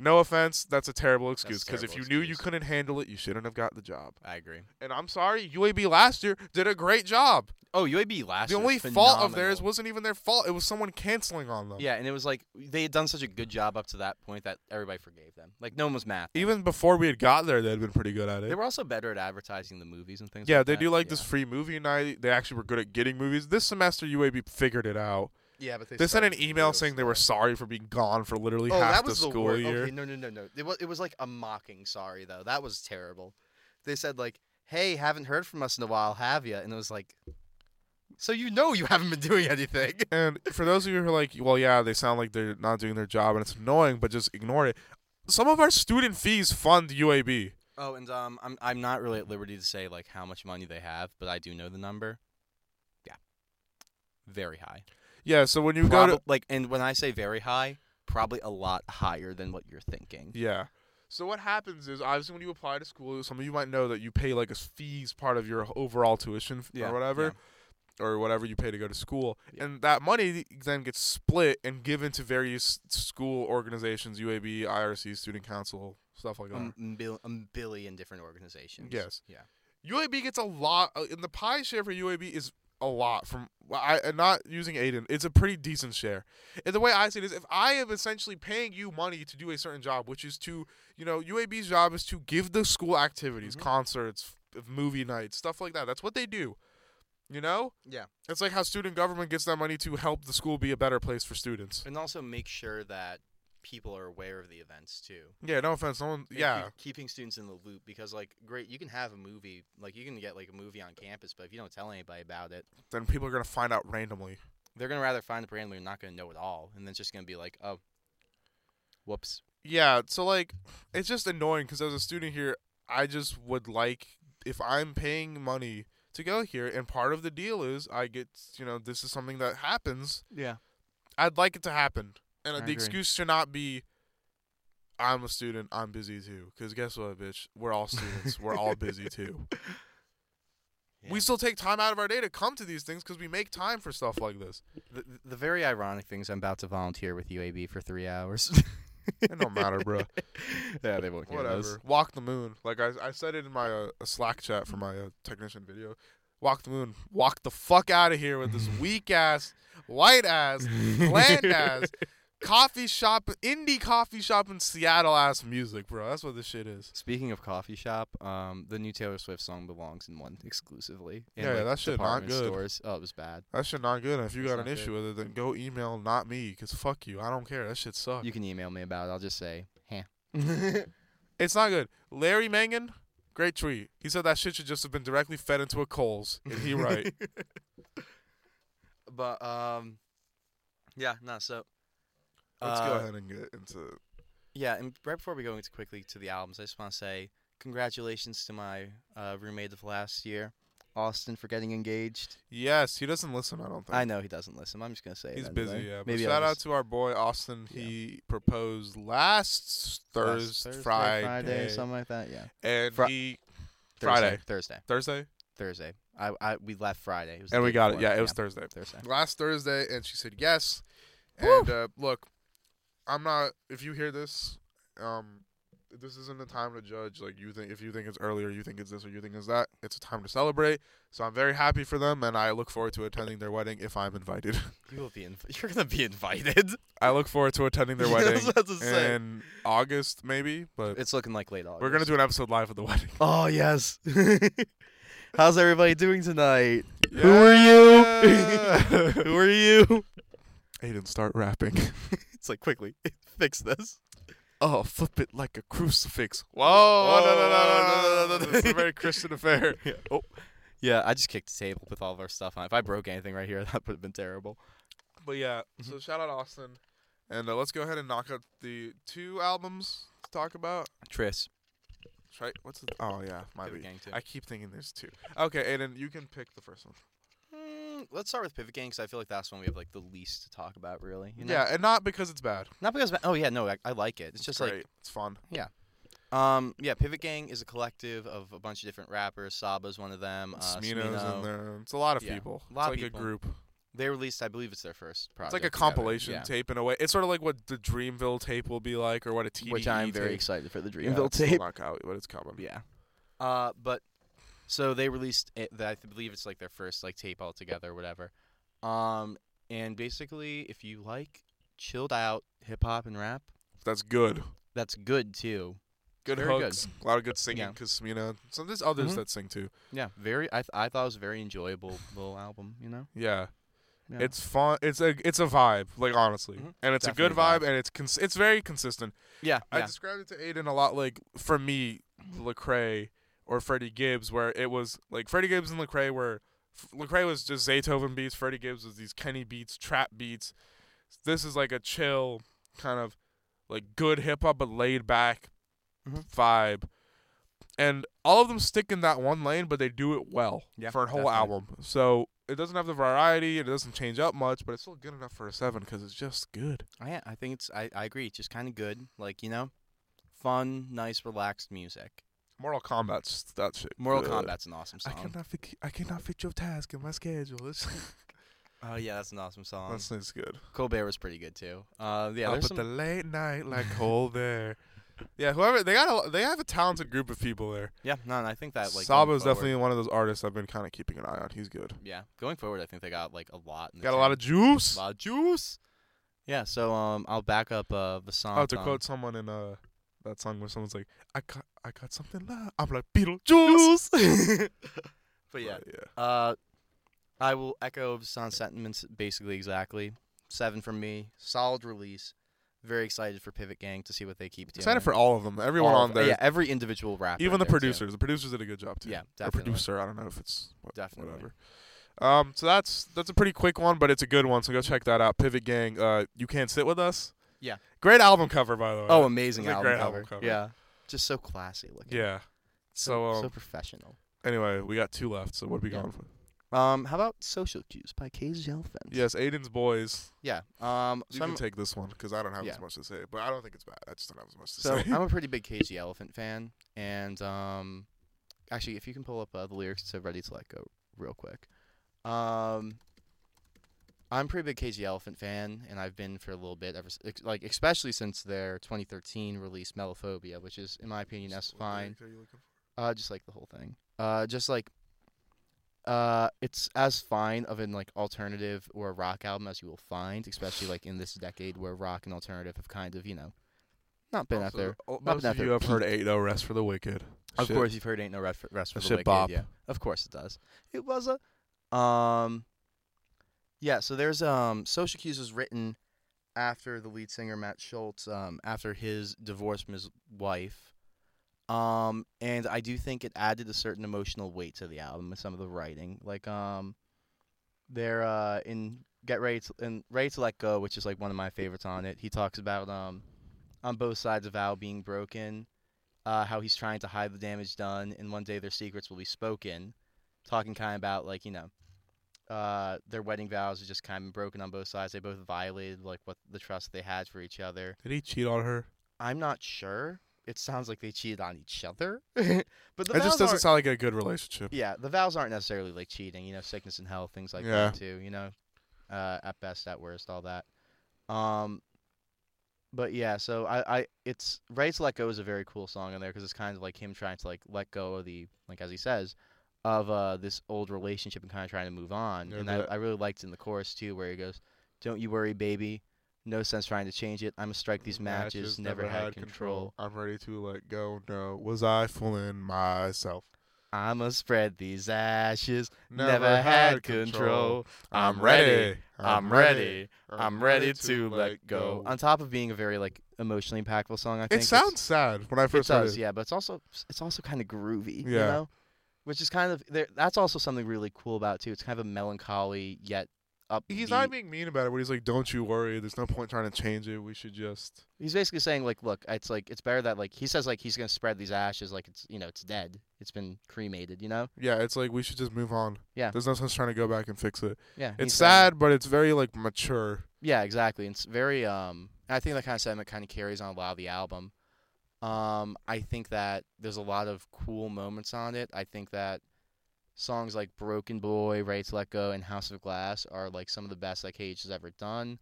No offense, that's a terrible excuse because if you
terrible
knew you
excuse.
couldn't handle it, you shouldn't have got the job.
I agree.
And I'm sorry, UAB last year did a great job.
Oh, UAB last
the
year was
only fault of
phenomenal.
theirs wasn't even their fault; it was someone canceling on them.
Yeah, and it was like they had done such a good job up to that point that everybody forgave them. Like no one was mad.
Even before we had got there, they had been pretty good at it.
They were also better at advertising the movies and things.
Yeah,
like
they
that.
do like
yeah.
this free movie night. They actually were good at getting movies. This semester, UAB figured it out.
Yeah, but
They, sent an email saying they were sorry for being gone for literally
Oh,
half
that was
the
the,
school
wor-
year.
Okay, no, no, no, no. It was it was like a mocking sorry though. That was terrible. They said like, "Hey, haven't heard from us in a while, have you?" And it was like, "So you know you haven't been doing anything." [laughs]
And for those of you who are like, well, yeah, they sound like they're not doing their job and it's annoying, but just ignore it. Some of our student fees fund UAB.
Oh, and um, I'm I'm not really at liberty to say like how much money they have, but I do know the number. Yeah, very high.
Yeah, so when you go
Prob-
to
like, and when I say very high, probably a lot higher than what you're thinking.
yeah. So what happens is obviously when you apply to school, some of you might know that you pay like a fees part of your overall tuition f- or whatever. or whatever you pay to go to school.
Yeah.
And that money then gets split and given to various school organizations, UAB, IRC, Student Council, stuff like
yeah.
that.
Um, bil- a billion different organizations.
Yes.
Yeah.
UAB gets a lot, uh, and the pie share for UAB is a lot from well, I and not using Aiden. It's a pretty decent share. And the way I see it is, if I am essentially paying you money to do a certain job, which is to you know UAB's job is to give the school activities,
Mhm.
concerts, f- movie nights, stuff like that. That's what they do. You know.
Yeah.
It's like how student government gets that money to help the school be a better place for students.
And also make sure that people are aware of the events too.
Yeah. No offense. No one.
and
Yeah.
keep- keeping students in the loop because like great you can have a movie like you can get like a movie on campus but if you don't tell anybody about it
Then people are gonna find out randomly.
they're gonna rather find it randomly and not gonna know at all and then it's just gonna be like oh whoops
Yeah, so like, it's just annoying because as a student here, I just would like if I'm paying money to go here, and part of the deal is I get you know this is something that happens.
Yeah.
I'd like it to happen, and uh,
I
the
agree.
excuse should not be. I'm a student. I'm busy too. Cause guess what, bitch? We're all students. We're all busy too.
[laughs]
We
Yeah.
still take time out of our day to come to these things because we make time for stuff like this.
the, the very ironic things i'm about to volunteer with uab for three hours
It don't matter, bro.
[laughs] yeah they won't hear
whatever.
those.
Walk the moon. Like I, I said it in my uh, a Slack chat for my uh, technician video. Walk the moon. Walk the fuck out of here with this weak ass, white [laughs] ass, bland
[laughs]
ass, coffee shop, indie coffee shop in Seattle ass music, bro. That's what this shit is.
Speaking of coffee shop, um, the new Taylor Swift song belongs in one exclusively. in,
Yeah,
like,
that shit not
department
good.
Stores. Oh, it was bad.
That shit not good. And if you
It's
got an
not
issue with it, then go email not me, cause fuck you. I don't care. That shit sucks.
You can email me about it. I'll just say, [laughs] huh.
It's not good. Larry Mangan, great tweet. He said that shit should just have been directly fed into a Coles, and he
[laughs]
right.
But um, yeah, no. So
Let's go
Uh,
ahead and get into
yeah, and right before we go into quickly to the albums, I just want to say congratulations to my uh, roommate of last year, Austin, for getting engaged.
Yes, he doesn't listen. I don't think.
I know he doesn't listen. I'm just gonna say it
He's
anyway.
busy, yeah. But
Maybe
shout
I'll
out
just-
to our boy Austin.
Yeah.
He proposed last
last
Thursday, Friday,
something like that. Yeah,
and
Fri-
he Friday.
Thursday, Thursday,
Thursday,
Thursday. I, I we left Friday. It was the
and
day
we got it.
before,
Yeah, it was Thursday.
Thursday.
Last Thursday, and she said yes.
Woo!
And uh, look, I'm not. If you hear this, um, this isn't a time to judge. Like you think, if you think it's early or you think it's this or you think it's that, it's a time to celebrate. So I'm very happy for them, and I look forward to attending their wedding if I'm invited. [laughs]
You will be. Inv- [laughs] you're gonna be invited. [laughs]
I look forward to attending [laughs] their
Yeah, I
wedding.
was about to say.
in August, maybe. But
It's looking like late August.
we're gonna do an episode live at the
[laughs]
wedding.
Oh yes. How's everybody doing
[laughs]
tonight? Who
[laughs] Yeah.
are
[laughs]
you? Who are you?
Aiden, start rapping.
It's like quickly [laughs] fix this.
Oh, flip it like a crucifix. Whoa! Oh, no, no, no, no, no, no, no, no. It's a [laughs] very Christian affair.
Oh. Yeah, I just kicked the table with all of our stuff on. it. If I broke anything right here, [laughs] that would have been terrible.
But yeah, so shout out Austin, and uh, let's go ahead and knock out the two albums to talk about.
Tris,
Try what's the, oh yeah, might
Pivot
be.
Gang too.
I keep thinking there's two. Okay, Aiden, you can pick the first one.
Mm, let's start with Pivot Gang because I feel like that's one we have like the least to talk about, really. you know?
Yeah, and not because it's bad.
Not because oh yeah, no, I, I like it. It's just
Great, it's fun.
like um yeah, Pivot Gang is a collective of a bunch of different rappers. Saba's one of them. Uh,
Smino's
Smino.
in there. It's a lot of
Yeah,
people.
a lot
it's
of
like
people.
a group.
They released, I believe, it's their first
It's
project.
like a
together.
compilation
Yeah.
tape in a way. It's sort of like what the Dreamville tape will be like, or what a TDE
Which I'm very
E tape.
excited for the
Yeah,
Dreamville
it's still
tape.
not out, but it's coming.
Yeah.
Uh, but so they released it, that I th- believe it's like their first like tape altogether or whatever. Um, and basically, if you like chilled out hip hop and rap,
That's good.
that's good too.
Good
Very good.
hooks. A lot of good singing
Yeah.
because you know some there's others
Mhm.
that sing too.
Yeah, very. I th- I thought it was a very enjoyable little album. You know.
Yeah.
Yeah.
it's fun. It's a it's a vibe, like honestly,
Mhm.
and it's a
Definitely
good
a
vibe,
vibe.
and it's cons- it's very consistent.
Yeah.
I described it to Aiden a lot, like for me, Lecrae or Freddie Gibbs, where it was like Freddie Gibbs and Lecrae were F- Lecrae was just Beethoven beats, Freddie Gibbs was these Kenny beats, trap beats. This is like a chill kind of like good hip hop but laid back
Mhm.
vibe. and all of them stick in that one lane, but they do it well
Yeah,
for a whole
definitely.
album. So it doesn't have the variety, and it doesn't change up much, but it's still good enough for a seven because it's just good.
I Oh, I think it's I, I agree. It's just kind of good, like you know, fun, nice, relaxed music.
Mortal Kombat's that shit.
Mortal
good.
Kombat's an awesome
I
song.
cannot fit. I cannot fit your task in my schedule. [laughs] It's,
Oh yeah, that's an awesome song.
that's it's good.
Colbert was pretty good too. Uh, yeah,
Up
there's
at
some,
the late night
[laughs]
like cold there. Yeah, whoever they got, a, they have a talented group of people there.
yeah, no, no, I think that like going
Sabo's
forward-
definitely one of those artists I've been kind of keeping an eye on. He's good.
yeah. Going forward, I think they got like a lot. In the
Got a lot of
tank.
juice.
lot of juice. Yeah, so um, I'll back up uh Vasant.
Oh, to
on-
quote someone in uh that song where someone's like, "I got, I got something live." I'm like [laughs] Beetlejuice.
but yeah,
yeah.
Uh, I will echo Vasan's sentiments basically exactly. Seven from me. Solid release. Very excited for Pivot Gang to see what they keep doing.
Excited for all of them. Everyone
All
on
of-
there,
Yeah, every individual rapper.
even
in
the
there, too.
producers. The producers did a good job too.
Yeah,
or
definitely.
producer. I don't know if it's what,
Definitely.
whatever. Um, so that's that's a pretty quick one, but it's a good one. So go check that out. Pivot Gang. Uh, you can't sit with us.
Yeah.
Great album cover, by the way.
Oh, amazing
It's a
album,
great
cover.
album cover.
Yeah, just so classy looking.
yeah. So,
so,
um,
so professional.
anyway, we got two left. So what are we
Yeah.
going for?
Um, how about Social Cues by KZL Fence?
Yes, Aiden's Boys.
Yeah. Um,
You
so I'm,
can take this one because I don't have
Yeah.
as much to say, but I don't think it's bad. I just don't have as much to
So
say. [laughs]
I'm a pretty big Cage the Elephant fan, and um, actually, if you can pull up uh, the lyrics to "Ready to Let Go" real quick, um, I'm a pretty big Cage the Elephant fan, and I've been for a little bit ever, s- ex- like especially since their 2013 release "Melophobia," which is, in my opinion, that's fine. Uh, just like the whole thing. Uh, just like. Uh, it's as fine of an like alternative or a rock album as you will find, especially like in this decade where rock and alternative have kind of you know, not been out there. Not
Most
been out
of oh, you
there
have heard "Ain't No Rest for the Wicked."
Of
Shit.
course, you've heard "Ain't No Rest for, Rest for
That
the
shit
Wicked."
bop.
Yeah, of course it does. It was a, um, yeah. So there's um, "Social Cues" was written after the lead singer Matt Schultz, um, after his divorce from his wife, um, and I do think it added a certain emotional weight to the album and some of the writing, like um, they're uh in "Get Ready to and Ready to Let Go," which is like one of my favorites on it. He talks about um, on both sides of Al being broken uh, how he's trying to hide the damage done, and one day their secrets will be spoken. Talking kind of about like you know, uh, their wedding vows are just kind of broken on both sides. They both violated like what the trust they had for each other.
Did he cheat on her?
I'm not sure. It sounds like they cheated on each other, [laughs] but the
It
vows
just doesn't
aren't-
sound like a good relationship.
yeah, the vows aren't necessarily like cheating. You know, sickness and health, things like
Yeah.
that too. You know, uh, at best, at worst, all that. Um, but yeah, so I, I, it's right to let go is a very cool song in there because it's kind of like him trying to like let go of the like as he says of uh this old relationship and kind of trying to move on.
Yeah,
and I,
that-
I really liked in the chorus too where he goes, "Don't you worry, baby. No sense trying to change it. I'ma strike these matches. Mm, never, had, control.
I'm ready to let go. No, was I fooling myself?
I'ma spread these ashes. Never, had, control.
I'm ready.
I'm ready. I'm ready to let go. On top of being a very like emotionally impactful song, I think
It
it's-
sounds sad when I
it
first heard
does,
it.
yeah, but it's also it's also kind of groovy, you
Yeah.
know, which is kind of there. That's also something really cool about it, too. It's kind of a melancholy yet upbeat.
He's not being mean about it, but he's like, "Don't you worry. There's no point trying to change it. We should just."
he's basically saying like, look, it's like it's better that like he says like he's gonna spread these ashes like it's you know it's dead, it's been cremated, you know.
Yeah, it's like we should just move on.
Yeah.
There's no sense trying to go back and fix it.
Yeah,
It's
he's saying-
sad, but it's very like mature.
Yeah, exactly. It's very um and I think that kind of sentiment kind of carries on a lot of the album. Um I think that there's a lot of cool moments on it. I think that songs like Broken Boy, Ready to Let Go and House of Glass are like some of the best that Cage has ever done.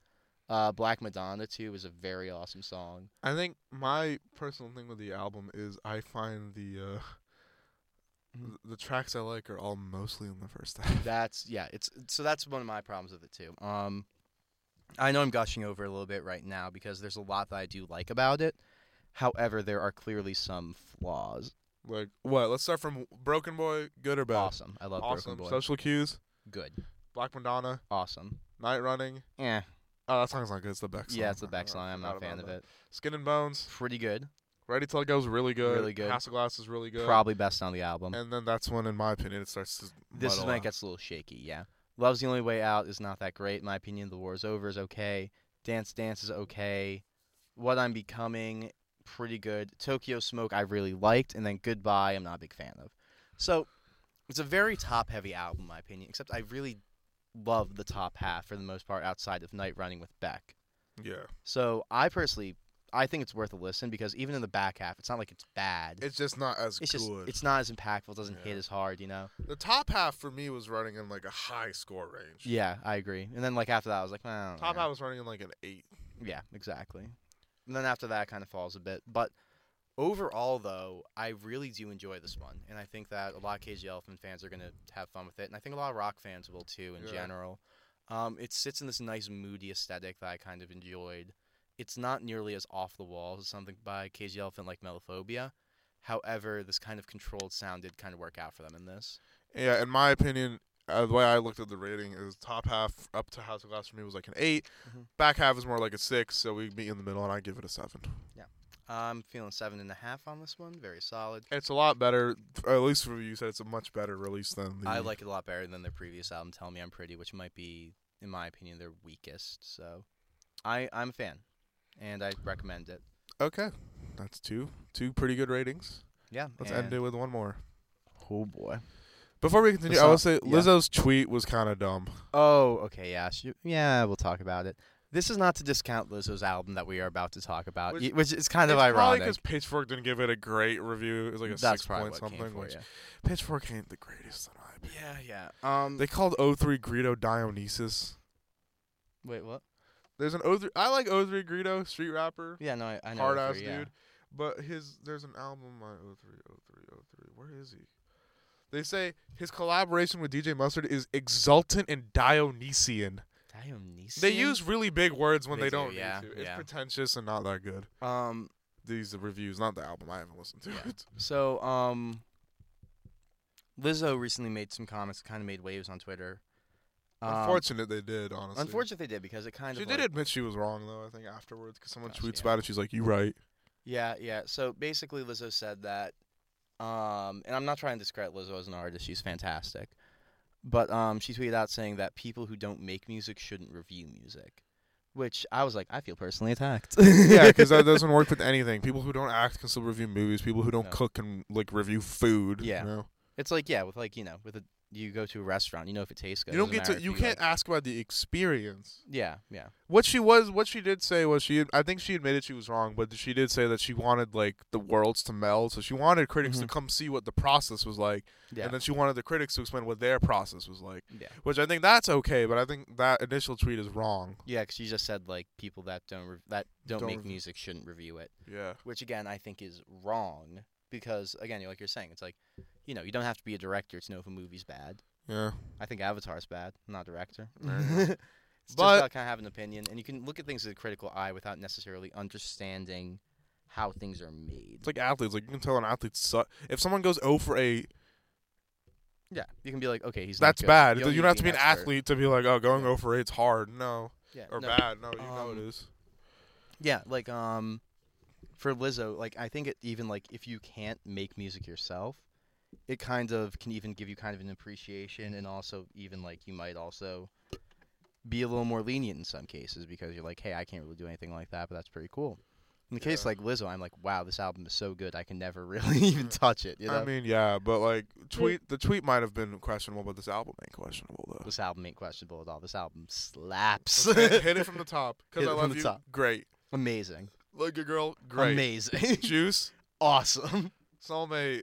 Uh Black Madonna too is a very awesome song.
I think my personal thing with the album is I find the uh
Mhm.
the tracks I like are all mostly in the first half.
That's yeah, it's so that's one of my problems with it too. Um I know I'm gushing over a little bit right now because there's a lot that I do like about it. However, there are clearly some flaws.
[laughs] Like what? Let's start from Broken Boy, good or bad?
Awesome. I love
Awesome.
Broken Boy.
Social cues,
Good.
Black Madonna,
Awesome.
Night Running.
Yeah.
Oh, that song's not good. It's the Beck song.
Yeah, it's the
I
back
forgot-
line. I'm not a
forgot
fan
about
of
that.
it.
Skin and Bones,
Pretty good.
Ready Till It Go's really good.
Really good.
House of Glass is really good.
Probably best on the album.
And then that's when, in my opinion, it starts to.
this is
muddle
when
out.
it gets a little shaky, yeah. Love's the Only Way Out is not that great. In my opinion, The War's Over is okay. Dance Dance is okay. What I'm Becoming pretty good. Tokyo Smoke I really liked, and then Goodbye I'm not a big fan of. So it's a very top heavy album in my opinion. Except I really love the top half for the most part, outside of Night Running with Beck.
Yeah.
So I personally I think it's worth a listen because even in the back half, it's not like it's bad.
It's just not as
it's just
good.
it's not as impactful. It doesn't hit
Yeah.
as hard, you know.
the top half for me was running in like a high score range.
Yeah, I agree. And then like after that, I was like, well,
Top
yeah.
half was running in like an eight.
Yeah, exactly. And then after that, kind of falls a bit. But overall, though, I really do enjoy this one, and I think that a lot of KG Elephant fans are gonna have fun with it, and I think a lot of rock fans will too in
Yeah.
general. Um, it sits in this nice moody aesthetic that I kind of enjoyed. It's not nearly as off the walls as something by KG Elephant like Melophobia. However, this kind of controlled sound did kind of work out for them in this.
Yeah, in my opinion, uh, the way I looked at the rating is top half up to House of Glass for me was like an 8
Mhm.
Back half is more like a six, so we meet in the middle, and I give it a seven.
I'm feeling seven and a half on this one. Very solid.
It's a lot better, or at least for you said it's a much better release than the.
I like it a lot better than their previous album, Tell Me I'm Pretty, which might be, in my opinion, their weakest. So I, I'm a fan, and I recommend it.
Okay, that's two, two pretty good ratings.
Yeah.
Let's end it with one more.
Oh, boy.
Before we continue,
Let's
I will
not-
say
yeah.
Lizzo's tweet was kind of dumb.
Oh, okay. Yeah, sh- yeah, we'll talk about it. This is not to discount Lizzo's album that we are about to talk about, y-
Which-
which, is kind of
it's probably
ironic.
because Pitchfork didn't give it a great review. It was like a
That's
six point
probably what
something.
came for
which
you.
Pitchfork ain't the greatest in my opinion.
Yeah, yeah. Um,
They called O3 Greedo Dionysus.
wait, what?
There's an O3. I like O3 Greedo, street rapper,
Yeah, no, I, I know.
hard
O
ass
three, yeah.
dude. But his there's an album by O3, O3, O3. Where is he? They say his collaboration with DJ Mustard is exultant and Dionysian.
Dionysian.
They use really big words when
They
they,
do,
don't
yeah,
need to. It's
yeah.
pretentious and not that good.
um.
These are reviews, not the album. I haven't listened to
Yeah.
it.
So, um, Lizzo recently made some comments that kind of made waves on Twitter. Um,
Unfortunate they did, honestly.
unfortunately, they did because it kind
She
of
did
like-
admit she was wrong though. I think afterwards, because someone
Gosh,
tweets
yeah.
about it, she's like, "You right."
Yeah, yeah. So basically, Lizzo said that, um, and I'm not trying to discredit Lizzo as an artist. She's fantastic, but um, she tweeted out saying that people who don't make music shouldn't review music, which I was like, I feel personally attacked. [laughs]
yeah, because that doesn't work with anything. People who don't act can still review movies. People who don't
No.
cook can like review food.
Yeah.
you, know?
it's like yeah, with like you know, with a you go to a restaurant, you know if it tastes good.
you don't
doesn't
get
matter
to.
if
You can't
like-
ask about the experience.
yeah, yeah.
What she was, what she did say was she. I think she admitted she was wrong, but she did say that she wanted like the worlds to meld. So she wanted critics to
Mhm.
come see what the process was like,
Yeah.
and then she wanted the critics to explain what their process was like.
yeah.
Which I think that's okay, but I think that initial tweet is wrong.
Yeah, 'cause you just said like people that don't rev that don't,
Don't
make
review.
music shouldn't review it,
Yeah.
which again I think is wrong because again, you're- like you're saying, it's like you know you don't have to be a director to know if a movie's bad.
Yeah.
I think Avatar's bad. I'm not a [laughs] director.
Fair
it's just
But-
about kind of have an opinion, and you can look at things with a critical eye without necessarily understanding how things are made.
It's like athletes. Like you can tell an athlete suck. If someone goes 0 for 8,
yeah, you can be like, uh, okay, he's not
that's
good.
bad. You don't, have to be an
expert.
athlete to be like, oh, going
Yeah.
0 for 8's hard. No.
Yeah,
Or
no,
bad. No, you know it
um,
is.
Yeah, like um, for Lizzo, like I think it even like if you can't make music yourself, it kind of can even give you kind of an appreciation, and also even like you might also be a little more lenient in some cases because you're like, hey, I can't really do anything like that, but that's pretty cool. In the case
Yeah.
like Lizzo, I'm like, wow, this album is so good, I can never [laughs] really even touch it. You know,
Mm. I mean, yeah, but like tweet the tweet might have been questionable, but this album ain't questionable though.
this album ain't questionable at all. This album slaps.
Okay, hit it from the top. Cause
Hit
I
it from
love
the
you.
top.
Great.
[laughs] Amazing,
Like a girl. Great.
amazing,
Juice.
[laughs] awesome,
Soulmate.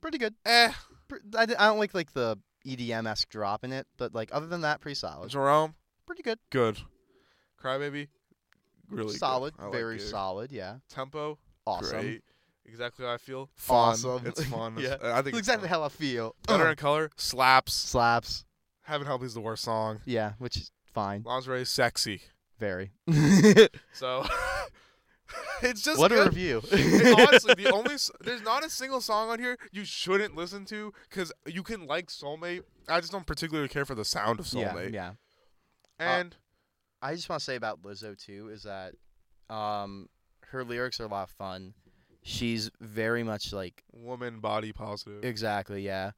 pretty good.
Eh.
pr- I, di- I don't like like the EDM esque drop in it, but like other than that, pretty solid,
Jerome.
pretty good,
Good. Crybaby. Really good.
solid,
I like
very
it.
solid, yeah,
Tempo.
awesome.
Great. Exactly how I feel. Fun.
Awesome.
It's fun. It's-
[laughs] Yeah.
I think
That's
it's
exactly
fun.
how I feel.
[laughs] Better
[laughs] Uh,
in color. Slaps.
[clears throat] slaps,
Haven't Helped Me's the worst song.
yeah, which is fine,
Lingerie is sexy.
very. [laughs]
So [laughs] it's just
what
good.
a review!
It's
[laughs]
honestly, the only s- there's not a single song on here you shouldn't listen to because you can like Soulmate. I just don't particularly care for the sound of
yeah, Uh,
Soulmate.
yeah.
And
I just want to say about Lizzo too is that, um, her lyrics are a lot of fun. She's very much like
woman body positive.
Exactly, yeah.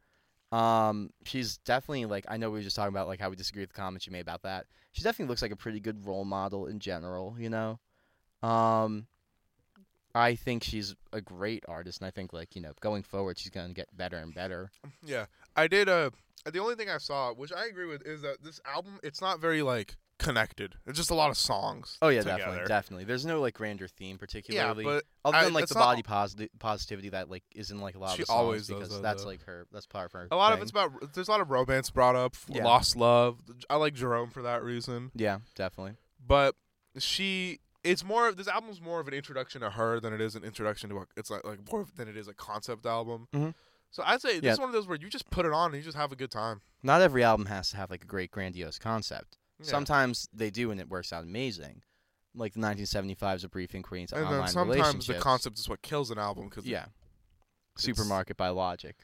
Um, she's definitely like I know we were just talking about like how we disagree with the comments you made about that. She definitely looks like a pretty good role model in general, you know. Um, I think she's a great artist, and I think like you know going forward she's gonna get better and better.
Yeah, I did. Uh, the only thing I saw, which I agree with, is that this album it's not very like connected. It's just a lot of songs.
Oh yeah,
together.
definitely, definitely. There's no like grander
Yeah,
theme particularly,
but
other
I-
than like
it's
the
not-
body posi- positivity that like is in like a lot of
She
the songs
always does
because
that,
that's
though.
like her that's part of her.
a lot of
thing.
it's about there's a lot of romance brought up,
Yeah.
lost love. I like Jerome for that reason,
yeah, definitely.
but she it's more of this album's more of an introduction to her than it is an introduction to a, it's like like more of- than it is a concept album.
Mhm.
So I'd say this
Yeah.
is one of those where you just put it on and you just have a good time.
Not every album has to have like a great grandiose concept.
Yeah.
Sometimes they do, and it works out amazing. Like the 1975 is a brief inquiry into
and
online
then sometimes the
relationships.
concept is what kills an album because
yeah,
it's-
supermarket by logic.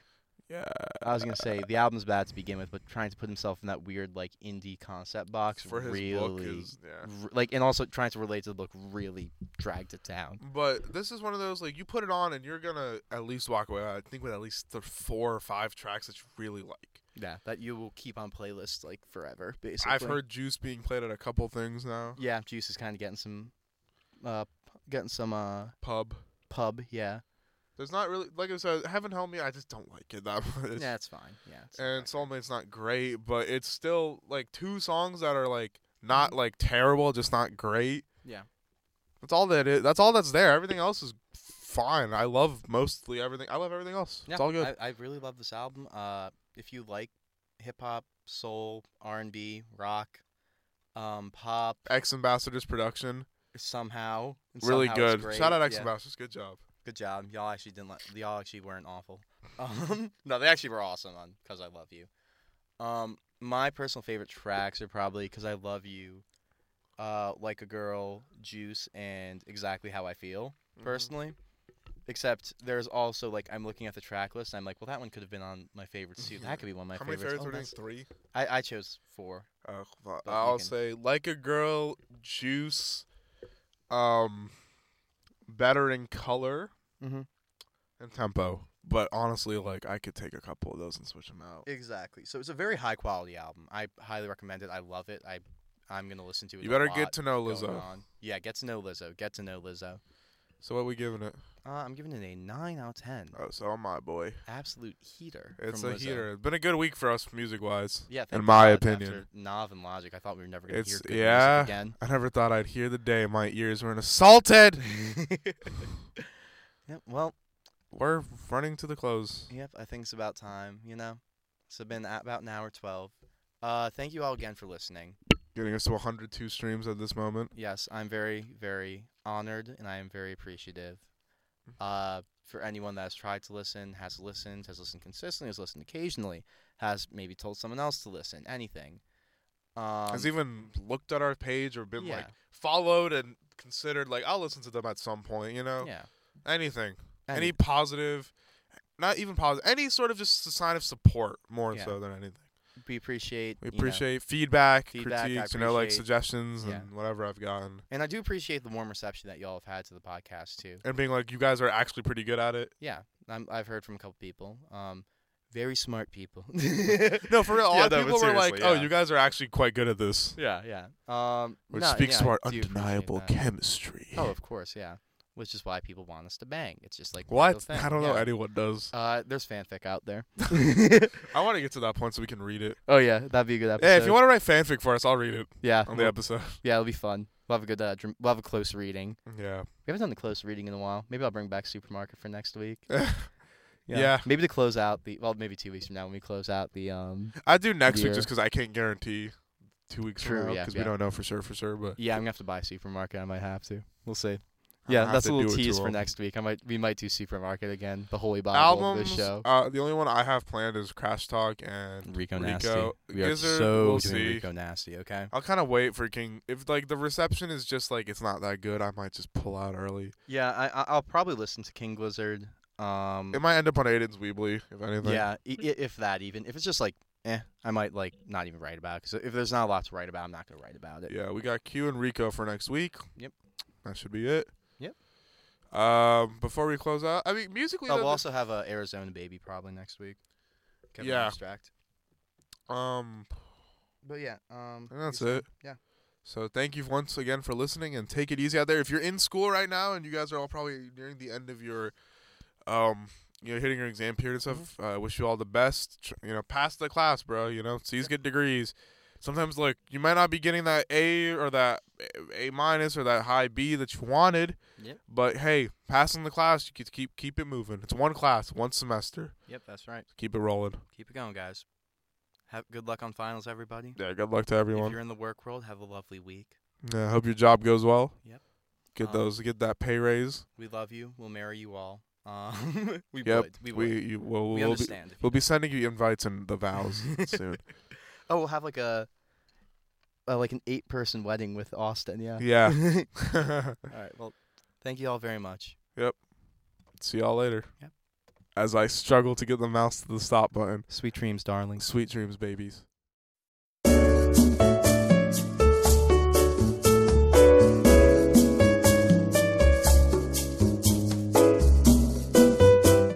yeah
I was gonna say the album's bad to begin with, but trying to put himself in that weird like indie concept box
for his
really,
book is yeah.
r- like, and also trying to relate to the book really dragged it down.
But this is one of those like you put it on and you're gonna at least walk away. I think with at least the four or five tracks that you really like.
Yeah, that you will keep on playlists like forever, basically.
I've heard Juice being played at a couple things now.
Yeah, Juice is kind of getting some, uh, p- getting some uh
Pub.
pub. Yeah.
There's not really like I said, Heaven Help Me. I just don't like it that [laughs] much.
yeah, it's fine. Yeah. it's
And
fine.
Soulmate's not great, but it's still like two songs that are like not like terrible, just not great.
Mm-hmm. Yeah.
That's all that is. That's all that's there. Everything else is fine. I love mostly everything. I love everything else.
Yeah,
it's all good.
I, I really love this album. Uh, if you like hip hop, soul, R and B, rock, um, pop,
Ex Ambassadors production,
somehow, and
really
somehow it's
good.
great,
Shout out Ex
yeah.
Ambassadors. Good job.
Good job. Y'all actually didn't let y'all actually weren't awful. [laughs] Um, no, they actually were awesome on "Cause I Love You." Um, my personal favorite tracks are probably "Cause I Love You," uh, "Like a Girl," "Juice," and "Exactly How I Feel."
Mhm.
Personally, except there's also like I'm looking at the track list and I'm like, well, that one could have been on my favorites too. That could be one of my
Mm-hmm. How many
favorites.
favorites
Oh,
were there?
that's-
Three.
I I chose four.
Uh, well,
you
I'll
can-
say like a girl, juice, um, better in color,
Mhm.
and tempo. But honestly, like I could take a couple of those and switch them out.
Exactly. So it's a very high quality album. I highly recommend it. I love it. I I'm gonna listen to it.
you
a
better
lot
get to know
going
Lizzo.
on. Yeah, get to know Lizzo. Get to know Lizzo.
So what we giving it?
Uh, I'm giving it a nine out of ten.
Oh, so I'm my boy.
Absolute heater.
It's
from
a
Lizzo.
heater. It's been a good week for us music wise.
Yeah,
in
thank
my
God,
opinion.
After Nav and Logic, I thought we were never gonna
It's-
hear good
yeah. [laughs]
music again. [laughs]
I never thought I'd hear the day my ears were assaulted.
Yep, well,
we're running to the close.
yep. I think it's about time. You know, it's been at about an hour twelve. Uh, thank you all again for listening.
Getting us to 102 streams at this moment.
Yes, I'm very, very honored and I am very appreciative.
Mm-hmm.
Uh, for anyone that has tried to listen, has listened, has listened consistently, has listened occasionally, has maybe told someone else to listen, anything. Um,
has even looked at our page or been like
yeah.
followed and considered like I'll listen to them at some point, you know?
yeah,
Anything.
any-
Any positive not even positive any sort of just a sign of support more
Yeah.
so than anything.
we appreciate.
We
you know-
appreciate feedback,
Feedback, I
critiques, you know, like
appreciate-
suggestions
yeah.
and whatever I've gotten.
and I do appreciate the warm reception that y'all have had to the podcast too.
And being like, you guys are actually pretty good at
[laughs]
it.
Yeah, I'm, I've heard from a couple people. Um, very smart
[laughs]
people. [laughs]
No, for real. A
Yeah,
lot
no,
of
but
people were like,
seriously,
Oh,
yeah.
you guys are actually quite good at this.
yeah, yeah. Um,
Which
no,
speaks
yeah,
to
I
our
do appreciate
undeniable
that.
chemistry.
Oh, of course, yeah. Which is why people want us to bang. It's just like one of
what?
those things,
I don't know
yeah.
anyone
[laughs]
does.
Uh, there's fanfic
[laughs]
out there.
I want to get to that point so we can read it.
[laughs] oh yeah, that'd be a good episode.
Yeah, if you want to write fanfic for us, I'll read it
yeah,
on the
we'll-
episode. [laughs]
yeah, it'll be fun. We'll have a good, uh, dr- we'll have a close reading.
Yeah.
We haven't done the close reading in a while. Maybe I'll bring back supermarket for next week.
yeah. Yeah.
Maybe to close out the well, maybe two weeks from now when we close out the um.
I do next week
Yeah.
just because I can't guarantee two weeks
True,
from now
yeah,
because
yeah.
we don't know for sure for sure. But
Yeah, I'm gonna have to buy supermarket. I might have to. We'll see.
I'm
Yeah,
gonna have
that's
to
a little
do it to
tease for
them.
next week. I might we might do supermarket again, the holy bible of
albums.
this show.
Uh, the only one I have planned is Crash Talk, and
Rico
Rico,
Nasty. We are
Gizzard,
so
we'll
doing
see.
Rico Nasty, okay?
I'll kind of wait for King. If like the reception is just like it's not that good, I might just pull out early.
Yeah, I I- I'll probably listen to King Blizzard. Um
It might end up on Aiden's Weebly if anything.
yeah, i- i- if that even if it's just like eh, I might like not even write about it cuz if there's not a lot to write about, I'm not going to write about it.
Yeah, we got Q and Rico for next week.
Yep.
That should be it.
Yep.
Um, before we close out, I mean musically.
Oh,
though,
we'll also have a Arizona baby probably next week. Kevin
Yeah.
Abstract.
um,
But yeah, um
and that's
basically-
it.
yeah.
So thank you once again for listening and take it easy out there. If you're in school right now and you guys are all probably nearing the end of your um you know hitting your exam period and stuff,
Mm-hmm.
I uh, wish you all the best. Tr- You know, pass the class, bro, you know. C's get degrees. Sometimes like you might not be getting that A or that A minus or that high B that you wanted.
Yep.
But hey, passing the class, you keep keep keep it moving. It's one class, one semester.
Yep, that's right.
Keep it rolling.
Keep it going, guys. Have good luck on finals, everybody.
Yeah, good luck to
If
everyone.
you're in the work world, have a lovely week.
Yeah, I hope your job goes well.
Yep.
Get
Um,
those get that pay raise.
We love you. We'll marry you all. Um, [laughs] we
Yep,
would. We would.
We you, we'll,
We
we'll be
understand. if you
[laughs] we'll be sending you invites and the
[laughs]
vows soon.
Oh, we'll have like a uh, like an eight person wedding with Austin. Yeah.
Yeah.
[laughs]
[laughs]
All right. Well, thank you all very much.
See y'all later.
Yep.
As I struggle to get the mouse to the stop button.
Sweet dreams, darlings.
Sweet dreams, babies.